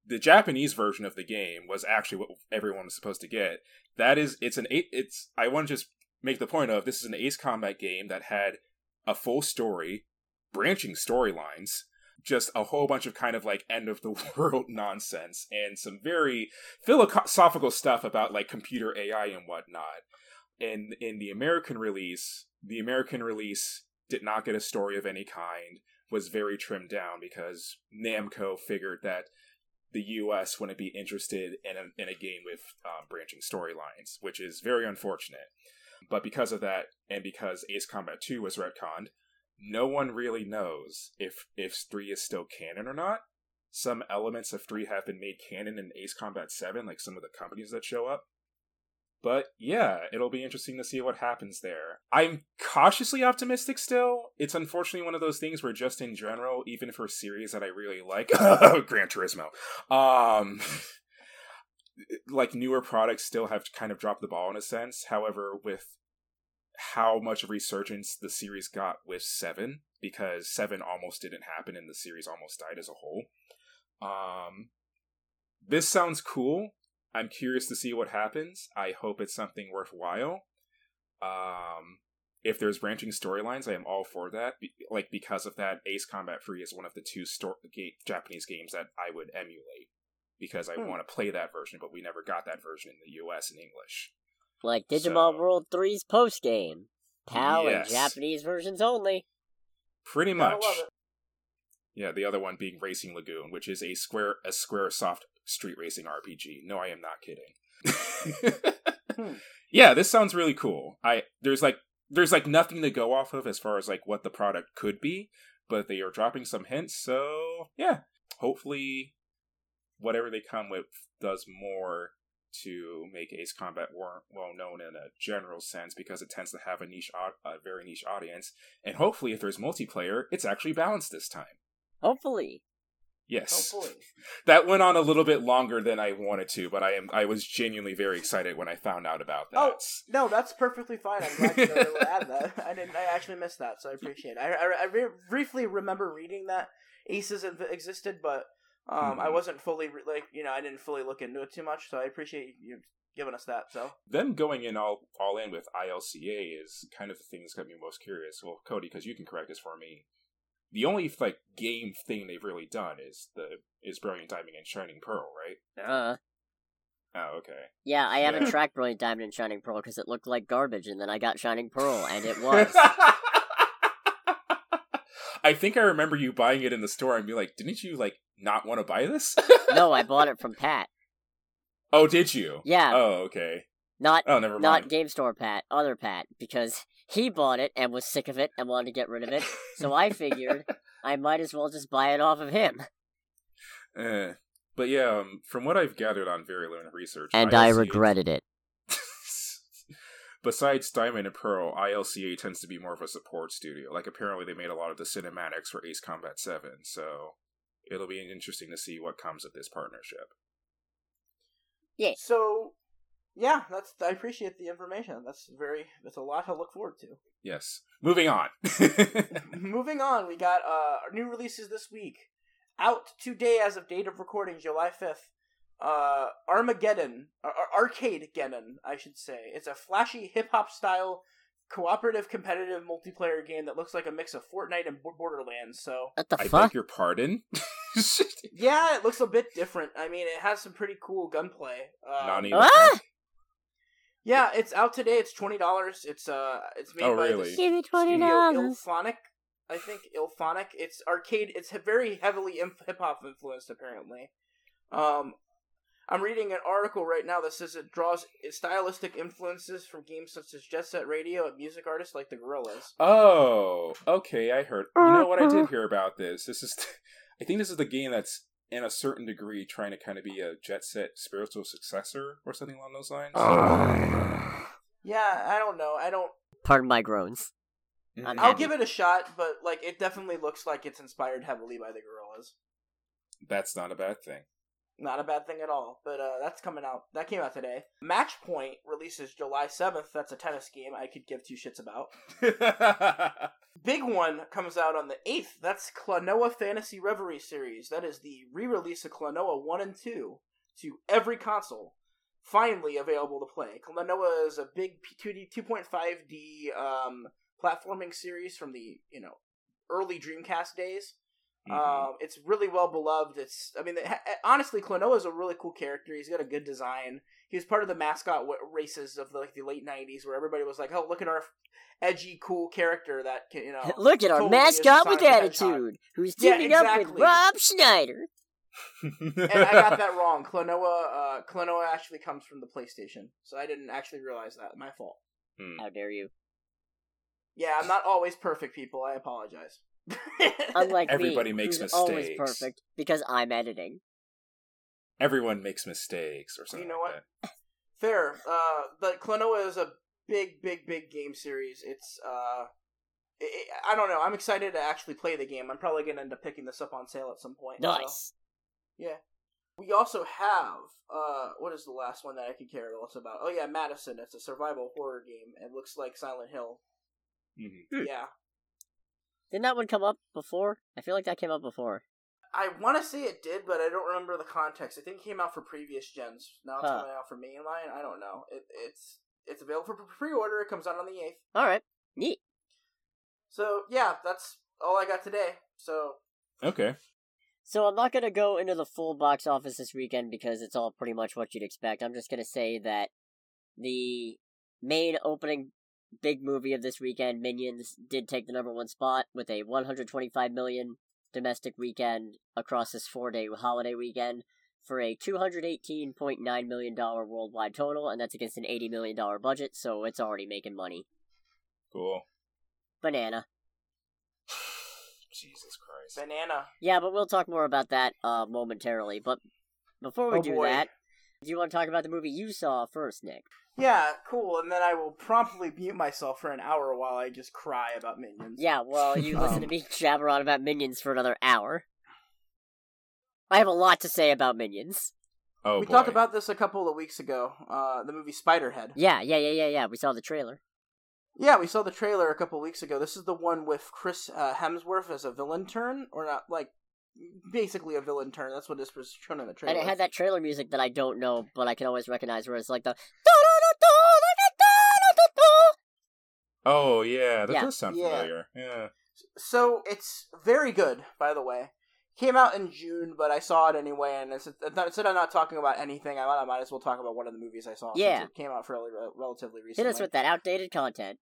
S3: the Japanese version of the game was actually what everyone was supposed to get. That is it's an eight it's I want to just make the point of this is an Ace Combat game that had a full story, branching storylines, just a whole bunch of kind of like end of the world nonsense and some very philosophical stuff about like computer AI and whatnot. And in the American release, the American release did not get a story of any kind, was very trimmed down because Namco figured that the U.S. wouldn't be interested in a, in a game with um, branching storylines, which is very unfortunate. But because of that, and because Ace Combat 2 was retconned, no one really knows if if 3 is still canon or not. Some elements of 3 have been made canon in Ace Combat 7, like some of the companies that show up. But yeah, it'll be interesting to see what happens there. I'm cautiously optimistic still. It's unfortunately one of those things where just in general, even for series that I really like, Gran Turismo, um, like newer products still have kind of dropped the ball in a sense. However, with how much resurgence the series got with Seven, because Seven almost didn't happen and the series almost died as a whole. Um, this sounds cool. I'm curious to see what happens. I hope it's something worthwhile. Um, if there's branching storylines, I am all for that. Be- like because of that, Ace Combat Free is one of the two sto- ga- Japanese games that I would emulate because I
S2: Hmm.
S3: want to play that version, but we never got that version in the U.S. in English.
S1: Like Digimon
S3: So-
S1: World 3's post game. PAL
S3: Yes.
S1: and Japanese versions only.
S3: Pretty
S2: Gotta
S3: much.
S2: love it.
S3: Yeah, the other one being Racing Lagoon, which is a square a square soft street racing RPG. No, I am not kidding.
S2: Hmm.
S3: Yeah, this sounds really cool. I there's like there's like nothing to go off of as far as like what the product could be, but they are dropping some hints, so yeah. Hopefully whatever they come with does more to make Ace Combat more well known in a general sense because it tends to have a niche au- a very niche audience and hopefully if there's multiplayer it's actually balanced this time.
S1: Hopefully.
S3: Yes.
S2: Hopefully.
S3: That went on a little bit longer than I wanted to, but I am I was genuinely very excited when I found out about that.
S2: Oh, No, that's perfectly fine. I'm glad you were able to add that. I didn't. I actually missed that, so I appreciate it. I, I, I re- briefly remember reading that Aces inv- existed, but um, I
S3: Mhm.
S2: wasn't fully re- like you know I didn't fully look into it too much. So I appreciate you giving us that. So
S3: them going in all all in with ILCA is kind of the thing that's got me most curious. Well, Cody, because you can correct this for me, the only like game thing they've really done is the is Brilliant Diamond and Shining Pearl, right?
S1: Uh,
S3: Oh, okay.
S1: yeah, I haven't
S3: Yeah.
S1: tracked Brilliant Diamond and Shining Pearl because it looked like garbage, and then I got Shining Pearl, and it was.
S3: I think I remember you buying it in the store and be like, "Didn't you like not want to buy this?"
S1: no, I bought it from Pat.
S3: oh, did you?
S1: Yeah,
S3: Oh, okay.
S1: not
S3: Oh, never
S1: not
S3: mind.
S1: Game Store Pat, other Pat, because he bought it and was sick of it and wanted to get rid of it. So I figured I might as well just buy it off of him.
S3: Eh. But yeah, um, from what I've gathered on very limited research,
S1: And I
S3: ILCA
S1: regretted it.
S3: Besides Diamond and Pearl, ILCA tends to be more of a support studio. Like apparently they made a lot of the cinematics for Ace Combat 7, so it'll be interesting to see what comes of this partnership.
S2: so yeah, that's I appreciate the information. That's very. That's a lot to look forward to.
S3: Yes. Moving on.
S2: Moving on, we got uh our new releases this week. Out today as of date of recording, July 5th. Uh Armageddon, or Arcade Geddon, I should say. It's a flashy hip hop style cooperative competitive multiplayer game that looks like a mix of Fortnite and Bo- Borderlands. So,
S1: What the
S3: I
S1: fuck?
S3: beg your pardon.
S2: yeah, it looks a bit different. I mean, it has some pretty cool gunplay. Uh,
S3: Nani.
S1: Ah!
S2: Yeah, it's out today. It's $20. It's uh it's made
S3: Oh,
S2: by
S3: really?
S2: the
S1: Give me twenty
S2: Studio
S1: dollars.
S2: Ilphonic. I think Ilphonic. It's arcade. It's he- very heavily hip hop influenced, apparently. Um, I'm reading an article right now that says it draws stylistic influences from games such as Jet Set Radio and music artists like the Gorillas.
S3: Oh, okay. I heard. You know what? I did hear about this. This is, I think this is the game that's in a certain degree trying to kind of be a Jet Set spiritual successor or something along those lines.
S2: Oh. Yeah, I don't know. I don't.
S1: Pardon my groans.
S3: Mhm.
S2: I'll
S1: Happy.
S2: give it a shot, but like, it definitely looks like it's inspired heavily by the Gorillas.
S3: That's not a bad thing.
S2: Not a bad thing at all. But uh, that's coming out. That came out today. Match Point releases July 7th. That's a tennis game I could give two shits about. Big one comes out on the 8th. That's Klonoa Fantasy Reverie series. That is the re release of Klonoa 1 and 2 to every console. Finally available to play. Klonoa is a big P- 2D, 2.5D um, platforming series from the, you know, early Dreamcast days.
S3: Mhm.
S2: Um, it's really well beloved. It's, I mean, it, ha- honestly, Klonoa is a really cool character. He's got a good design. He was part of the mascot wa- races of the, like the late '90s, where everybody was like, "Oh, look at our edgy, cool character that can, you know."
S1: Look at our
S2: totally is
S1: mascot with
S2: Sonic the Hedgehog.
S1: attitude, who's
S2: Yeah,
S1: teaming up with
S2: exactly.
S1: Rob Schneider.
S2: and I
S3: Mm-hmm.
S2: got that wrong. Klonoa, uh, Klonoa actually comes from the PlayStation, so I didn't actually realize that. My fault.
S1: How dare you?
S2: Yeah, I'm not always perfect, people. I apologize.
S1: Unlike
S3: Everybody
S1: me,
S3: makes
S1: who's always
S3: mistakes.
S1: perfect because I'm editing.
S3: Everyone makes mistakes or something.
S2: know
S3: like
S2: what? Fair. Uh, but Klonoa is a big, big, big game series. It's uh, i i- I don't know. I'm excited to actually play the game. I'm probably gonna end up picking this up on sale at some point. so.
S1: Nice.
S2: We also have uh, what is the last one that I could care less about? Oh yeah, Madison. It's a survival horror game. It looks like Silent Hill.
S3: that. Mhm.
S1: Hmm.
S2: Yeah.
S1: Didn't that one come up before? I feel like that came up before.
S2: I want to say it did, but I don't remember the context. I think it came out for previous gens. Now it's
S1: Huh.
S2: coming out for mainline. I don't know. It, it's it's available for pre-order. It comes out on the eighth.
S1: All right, neat.
S2: So yeah, that's all I got today. So
S3: Okay.
S1: So I'm not gonna go into the full box office this weekend because it's all pretty much what you'd expect. I'm just gonna say that the main opening big movie of this weekend, Minions, did take the number one spot with a 125 million domestic weekend across this four day holiday weekend for a 218.9 million dollar worldwide total, and that's against an 80 million dollar budget, so it's already making money.
S3: Cool.
S1: Banana.
S3: Jesus Christ.
S2: banana.
S1: Yeah, but we'll talk more about that uh, momentarily. But before we
S2: Oh,
S1: do
S2: boy.
S1: that, do you want to talk about the movie you saw first, Nick?
S2: Yeah, cool. And then I will promptly mute myself for an hour while I just cry about minions.
S1: Yeah, well, you listen to
S2: Um.
S1: me jabber on about Minions for another hour. I have a lot to say about Minions.
S3: Oh
S2: we
S3: boy.
S2: talked about this a couple of weeks ago. Uh, the movie Spiderhead.
S1: Yeah, yeah, yeah, yeah, yeah. We saw the trailer.
S2: Yeah, we saw the trailer a couple weeks ago. This is the one with Chris uh, Hemsworth as a villain turn, or not like basically a villain turn. That's what this was shown in the trailer.
S1: And it had that trailer music that I don't know, but I can always recognize where it's like the.
S3: Oh yeah, that
S1: Yeah.
S3: does sound
S2: Yeah.
S3: familiar. Yeah.
S2: so it's very good, by the way. Came out in June, but I saw it anyway, and it's- instead of not talking about anything, I might, I might as well talk about one of the movies I saw. since
S1: Yeah.
S2: it came out fairly re- relatively
S1: Hit
S2: recently.
S1: us with that outdated content.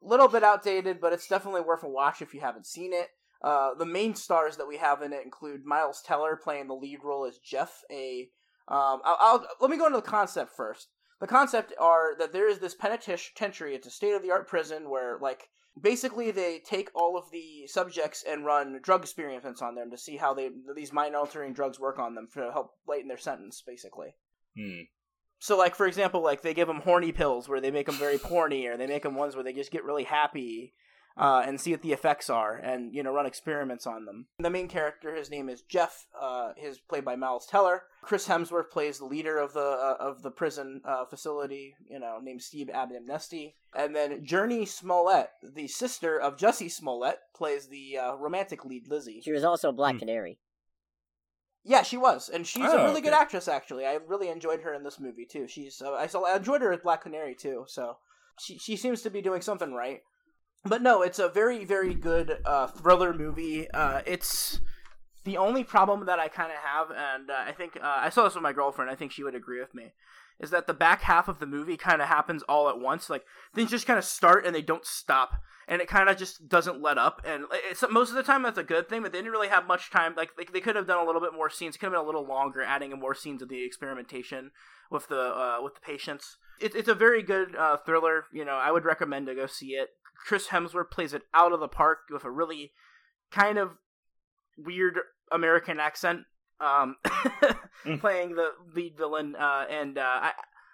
S2: little bit outdated, but it's definitely worth a watch if you haven't seen it. Uh, the main stars that we have in it include Miles Teller playing the lead role as Jeff. A um, I'll, I'll let me go into the concept first. The concept are that there is this penitentiary. It's a state of the art prison where like basically they take all of the subjects and run drug experiments on them to see how they these mind altering drugs work on them to help lighten their sentence, basically.
S3: Hmm.
S2: So, like for example, like they give them horny pills where they make them very porny, or they make them ones where they just get really happy uh, and see what the effects are, and you know run experiments on them. The main character, his name is Jeff. Uh, his played by Miles Teller. Chris Hemsworth plays the leader of the uh, of the prison uh, facility. You know, named Steve Abnamnesty, and then Journey Smollett, the sister of Jesse Smollett, plays the uh, romantic lead Lizzie.
S1: She was also Black
S3: Hmm.
S1: Canary.
S2: Yeah, she was, and she's
S3: Oh,
S2: a really good
S3: okay.
S2: actress. Actually, I really enjoyed her in this movie too. She's uh, I saw I enjoyed her as Black Canary too. So she she seems to be doing something right. But no, it's a very very good uh, thriller movie. Uh, it's the only problem that I kind of have, and uh, I think uh, I saw this with my girlfriend. I think she would agree with me. Is that the back half of the movie kind of happens all at once? Like things just kind of start and they don't stop and it kind of just doesn't let up. And it's most of the time that's a good thing, but they didn't really have much time. Like they, they could have done a little bit more scenes. It could have been a little longer, adding in more scenes of the experimentation with the uh, with the patients. It, it's a very good uh, thriller. You know, I would recommend to go see it. Chris Hemsworth plays it out of the park with a really kind of weird American accent, um,
S3: Mm.
S2: playing the lead villain. Uh, and uh, I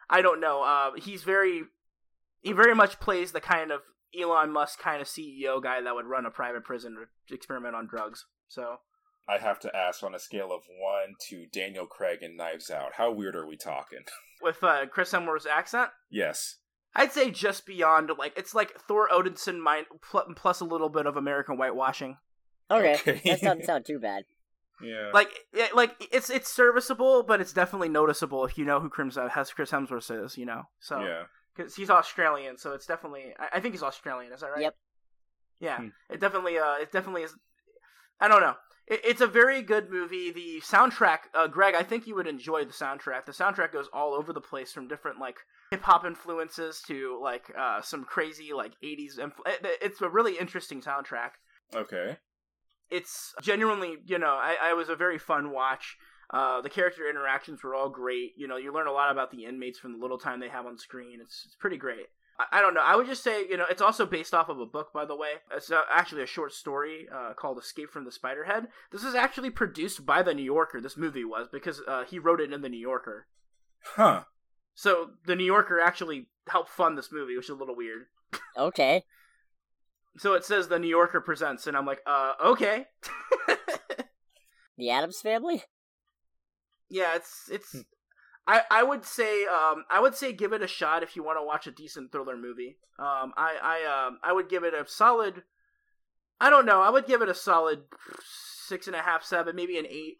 S2: I don't know. Uh, he's very he very much plays the kind of Elon Musk kind of CEO guy that would run a private prison to experiment on drugs. So
S3: I have to ask on a scale of one to Daniel Craig and Knives Out, how weird are we talking?
S2: with uh, Chris Hemsworth's accent,
S3: yes.
S2: I'd say just beyond like it's like Thor Odinson min- pl- plus a little bit of American whitewashing.
S1: Okay,
S3: Okay.
S1: that doesn't sound too bad.
S3: Yeah.
S2: Like it, like it's it's serviceable, but it's definitely noticeable if you know who Crimson has Chris Hemsworth is. You know, so
S3: yeah.
S2: because he's Australian, so it's definitely. I, I think he's Australian. Is that right?
S1: Yep.
S2: Yeah,
S3: Hmm.
S2: it definitely. Uh, it definitely is. I don't know. It, it's a very good movie. The soundtrack, uh, Greg, I think you would enjoy the soundtrack. The soundtrack goes all over the place from different like hip hop influences to like uh, some crazy like '80s. Influ- it, it's a really interesting soundtrack.
S3: Okay.
S2: It's genuinely, you know, I, I was a very fun watch. Uh, the character interactions were all great. You know, you learn a lot about the inmates from the little time they have on screen. It's, it's pretty great. I, I don't know. I would just say, you know, it's also based off of a book, by the way. It's uh, actually a short story uh, called Escape from the Spiderhead. This is actually produced by The New Yorker, this movie was, because uh, he wrote it in The New Yorker.
S3: Huh.
S2: So The New Yorker actually helped fund this movie, which is a little weird.
S1: Okay.
S2: So it says The New Yorker presents, and I'm like, uh, okay.
S1: The Adams family?
S2: yeah, it's it's. I, I would say um, I would say give it a shot if you want to watch a decent thriller movie. Um, I I um, I would give it a solid. I don't know. I would give it a solid six and a half, seven, maybe an eight.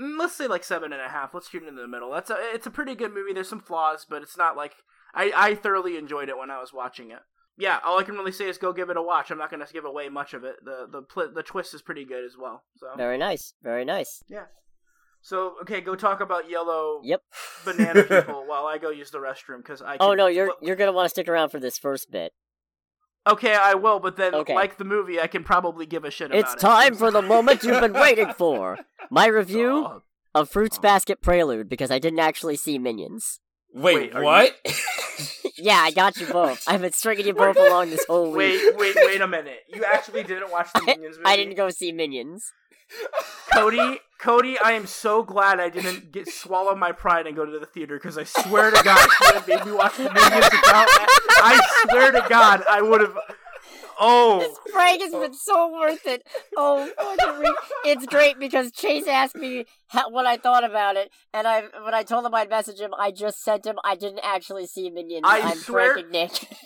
S2: Mm, Let's say like seven and a half. Let's shoot it in the middle. That's a, it's a pretty good movie. There's some flaws, but it's not like I, I thoroughly enjoyed it when I was watching it. Yeah, all I can really say is go give it a watch. I'm not going to give away much of it. The the pl- the twist is pretty good as well. So
S1: Very nice. Very nice.
S2: so okay, go talk about yellow
S1: Yep.
S2: banana people while I go use the restroom because I.
S1: Oh
S2: can-
S1: no, you're you're gonna want to stick around for this first bit.
S2: Okay, I will, but then
S1: Okay.
S2: like the movie, I can probably give a shit about
S1: It's
S2: it.
S1: time for the moment you've been waiting for. My review
S2: Oh,
S1: of Fruits
S2: Oh.
S1: Basket Prelude because I didn't actually see Minions.
S3: Wait,
S2: Wait, are
S3: what?
S1: Yeah, I got you both. I've been stringing you both
S2: We're-
S1: along this whole
S2: wait,
S1: week.
S2: wait, wait a minute! You actually didn't watch the Minions movie?
S1: I didn't go see Minions.
S2: Cody, Cody, I am so glad I didn't get swallow my pride and go to the theater because I swear to God, if you had made me watch the Minions without that, I swear to God, I would have. Oh,
S1: This prank has been so worth it. Oh, fucking re- it's great because Chase asked me how, what I thought about it, and I when I told him I'd message him, I just sent him I didn't actually see Minions.
S2: I
S1: am
S2: swear-
S1: pranking Nick.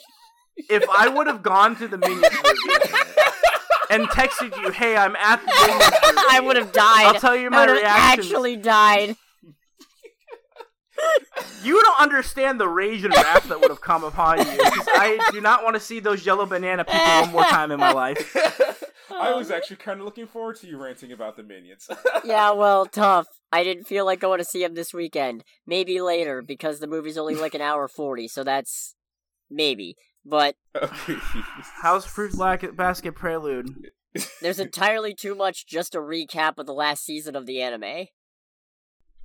S2: if I would have gone to the Minions movie and texted you, "Hey, I'm at the Minions movie,"
S1: I would have died.
S2: I'll tell you
S1: I
S2: my
S1: would've
S2: reaction.
S1: actually died.
S2: You don't understand the rage and wrath that would have come upon you. 'cause I do not want to see those yellow banana people one more time in my life.
S3: I
S1: Um,
S3: was actually kind of looking forward to you ranting about the minions.
S1: Yeah, well, tough. I didn't feel like going to see him this weekend. Maybe later because the movie's only like an hour 40, so that's maybe. But
S3: okay.
S2: How's Fruit Black Basket Prelude?
S1: there's entirely too much just a recap of the last season of the anime.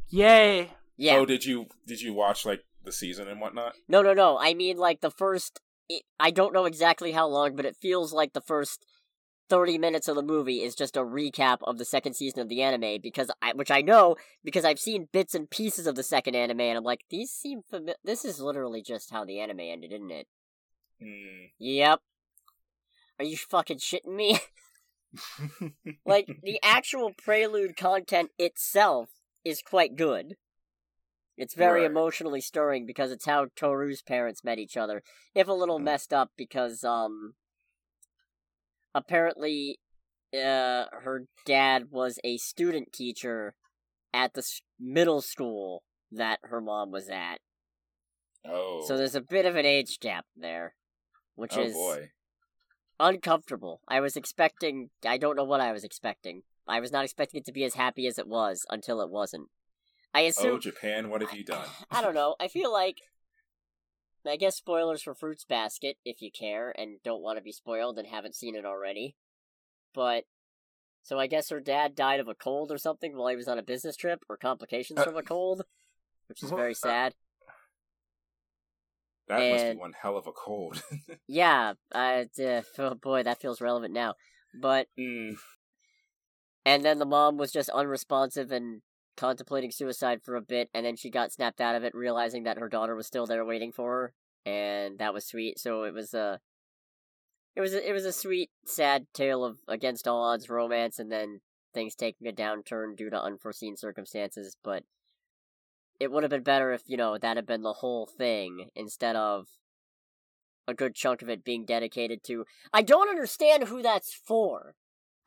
S2: Yay!
S1: Yeah.
S3: Oh, did you did you watch like the season and whatnot?
S1: No, no, no. I mean like the first it, I don't know exactly how long, but it feels like the first 30 minutes of the movie is just a recap of the second season of the anime because I which I know because I've seen bits and pieces of the second anime and I'm like these seem familiar. This is literally just how the anime ended, isn't it?
S3: Hmm.
S1: Yep. Are you fucking shitting me? like, the actual prelude content itself is quite good. It's very
S3: Right.
S1: emotionally stirring because it's how Toru's parents met each other. If a little
S3: Mm.
S1: messed up because, um. Apparently, uh, her dad was a student teacher at the s- middle school that her mom was at.
S3: Oh.
S1: So there's a bit of an age gap there, which
S3: oh
S1: is
S3: boy.
S1: uncomfortable. I was expecting. I don't know what I was expecting. I was not expecting it to be as happy as it was until it wasn't. I
S3: Oh
S1: assume.
S3: Japan, what have you done?
S1: I don't know. I feel like. I guess spoilers for Fruits Basket if you care and don't want to be spoiled and haven't seen it already. But. So I guess her dad died of a cold or something while he was on a business trip or complications
S3: Uh,
S1: from a cold, which is
S2: wha-
S1: very
S2: uh,
S1: sad.
S3: That must
S1: And-
S3: be one hell of a cold.
S1: Yeah, uh, d- oh boy, that feels relevant now. But
S2: Hmm.
S3: mm.
S1: And then the mom was just unresponsive and contemplating suicide for a bit, and then she got snapped out of it, realizing that her daughter was still there waiting for her, and that was sweet. So it was a, it was a, it was a sweet, sad tale of against all odds romance, and then things taking a downturn due to unforeseen circumstances. But it would have been better if you know that had been the whole thing instead of a good chunk of it being dedicated to. I don't understand who that's for.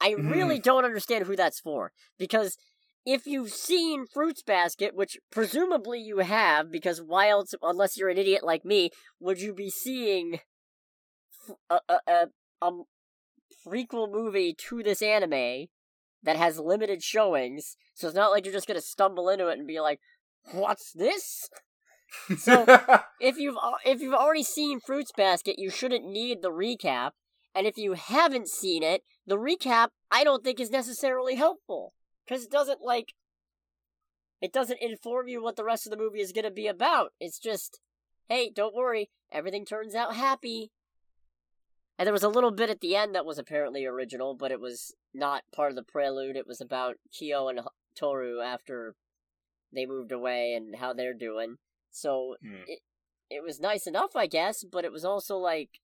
S1: I
S3: Mhm.
S1: really don't understand who that's for because if you've seen Fruits Basket, which presumably you have, because why else, unless you're an idiot like me, would you be seeing f- a a a um, prequel movie to this anime that has limited showings, so it's not like you're just gonna stumble into it and be like, "What's this?" So-
S3: Hmm.
S1: If you've al- if you've already seen Fruits Basket, you shouldn't need the recap, and if you haven't seen it, the recap I don't think is necessarily helpful because it doesn't like it doesn't inform you what the rest of the movie is gonna be about. It's just, hey, don't worry, everything turns out happy. And there was a little bit at the end that was apparently original, but it was not part of the prelude. It was about Kyo and H- Toru after they moved away and how they're doing. So
S3: Hmm.
S1: it was nice enough, I guess, but it was also like,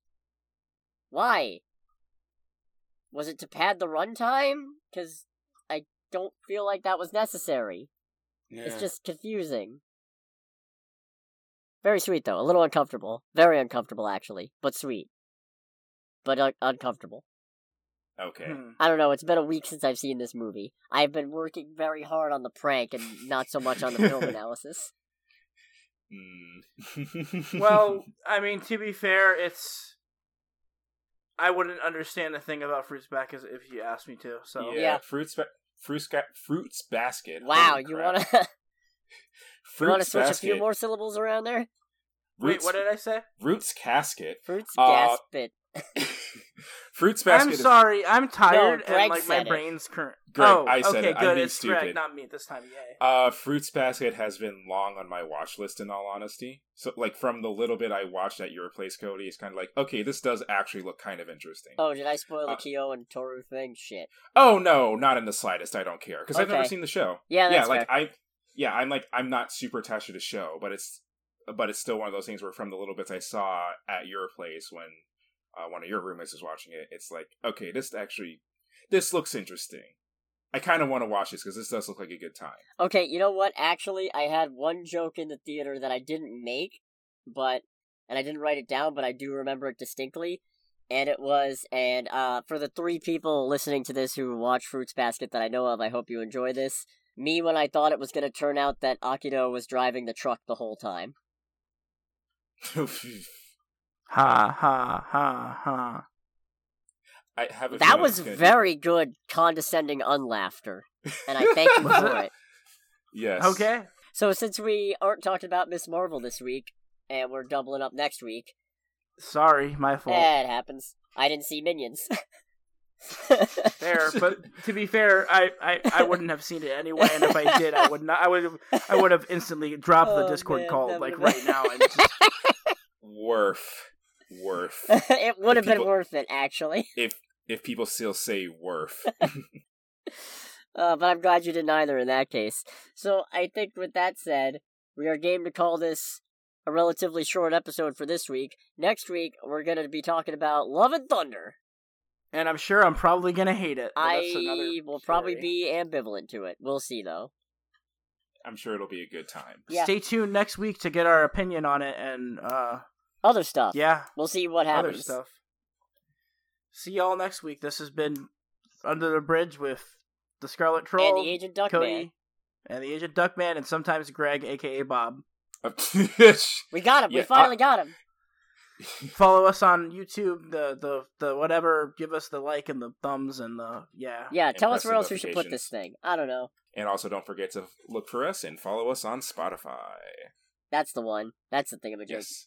S1: why? Was it to pad the runtime? Because I don't feel like that was necessary. It's just confusing. Very sweet though, a little uncomfortable, very uncomfortable actually, but sweet, but un- uncomfortable.
S3: okay.
S2: Hmm.
S1: I don't know. It's been a week since I've seen this movie. I've been working very hard on the prank and not so much on the film analysis.
S3: Mm.
S2: well, I mean, to be fair, it's. I wouldn't understand a thing about fruits back as if you asked me to. So
S3: yeah,
S1: Yeah.
S3: fruits, ba- fruits, ga- fruits basket.
S1: Wow,
S3: Holy
S1: you
S3: crap.
S1: wanna you
S3: fruits
S1: wanna switch a few
S3: basket.
S1: more syllables around there?
S2: wait,
S3: Roots,
S2: what did I say?
S3: Roots casket.
S1: Fruits
S3: Uh,
S1: gasp it.
S3: fruits basket.
S2: I'm
S3: is-
S2: sorry, I'm tired
S1: Greg
S2: and like my
S1: said it.
S2: brain's current.
S3: Greg,
S2: oh,
S3: I said
S2: okay,
S3: it. I'm
S2: good.
S3: being
S2: it's
S3: stupid.
S2: Greg, not me this time. Yay.
S3: Uh, Fruits Basket has been long on my watch list, in all honesty. So, like, from the little bit I watched at your place, Cody, it's kind of like, okay, this does actually look kind of interesting.
S1: Oh, did I spoil the
S3: Uh,
S1: Kyo and Toru thing? Shit.
S3: Oh, no, not in the slightest. I don't care because I've never
S1: Okay.
S3: seen the show.
S1: Yeah, that's
S3: like
S1: fair.
S3: I, yeah, I'm like I'm not super attached to the show, but it's but it's still one of those things where from the little bits I saw at your place when uh, one of your roommates was watching it, it's like, okay, this actually this looks interesting. I kind of want to watch this because this does look like a good time.
S1: Okay, you know what? Actually, I had one joke in the theater that I didn't make, but and I didn't write it down, but I do remember it distinctly. And it was, and uh, for the three people listening to this who watch Fruits Basket that I know of, I hope you enjoy this. Me when I thought it was going to turn out that Akido was driving the truck the whole time.
S2: Ha ha ha ha.
S3: I have a
S1: That
S3: feeling
S1: was
S3: it's gonna-
S1: very good condescending unlaughter, and I thank you
S2: Was
S1: for
S2: it?
S1: it.
S3: yes
S2: Okay.
S1: So since we aren't talking about Miss Marvel this week, and we're doubling up next week,
S2: Sorry, my fault.
S1: eh, it happens. I didn't see Minions.
S2: Fair, but to be fair, I, I, I wouldn't have seen it anyway, and if I did, I would not. I would I would have instantly dropped the
S1: Oh,
S2: Discord
S1: man,
S2: call
S1: that
S2: like
S1: would've-
S2: right now. And just,
S3: Worf, Worf.
S1: it would have been
S3: People-
S1: worth it, actually.
S3: if if people still say Worf,
S1: Uh, but I'm glad you didn't either in that case. So I think with that said, we are game to call this a relatively short episode for this week. Next week, we're going to be talking about Love and Thunder.
S2: and I'm sure I'm probably gonna hate it. but that's another
S1: I will probably
S2: story.
S1: be ambivalent to it. We'll see, though.
S3: I'm sure it'll be a good time.
S1: Yeah.
S2: Stay tuned next week to get our opinion on it, and uh,
S1: Other stuff.
S2: yeah,
S1: We'll see what
S2: other
S1: happens.
S2: stuff. See y'all next week. This has been Under the Bridge with the Scarlet
S1: And
S2: Troll,
S1: the Agent Duckman.
S2: Cody, and the Agent Duckman, and sometimes Greg, aka Bob.
S1: We got him.
S3: Yeah,
S1: we finally got him.
S2: Follow us on YouTube. The the the whatever. Give us the like and the thumbs and the yeah.
S1: Yeah, tell us
S3: Ah, Impressive
S1: where else we should put this thing.
S3: notifications.
S1: I don't know.
S3: and also, don't forget to look for us and follow us on Spotify.
S1: That's the one. That's the thing of a joke.
S3: Yes.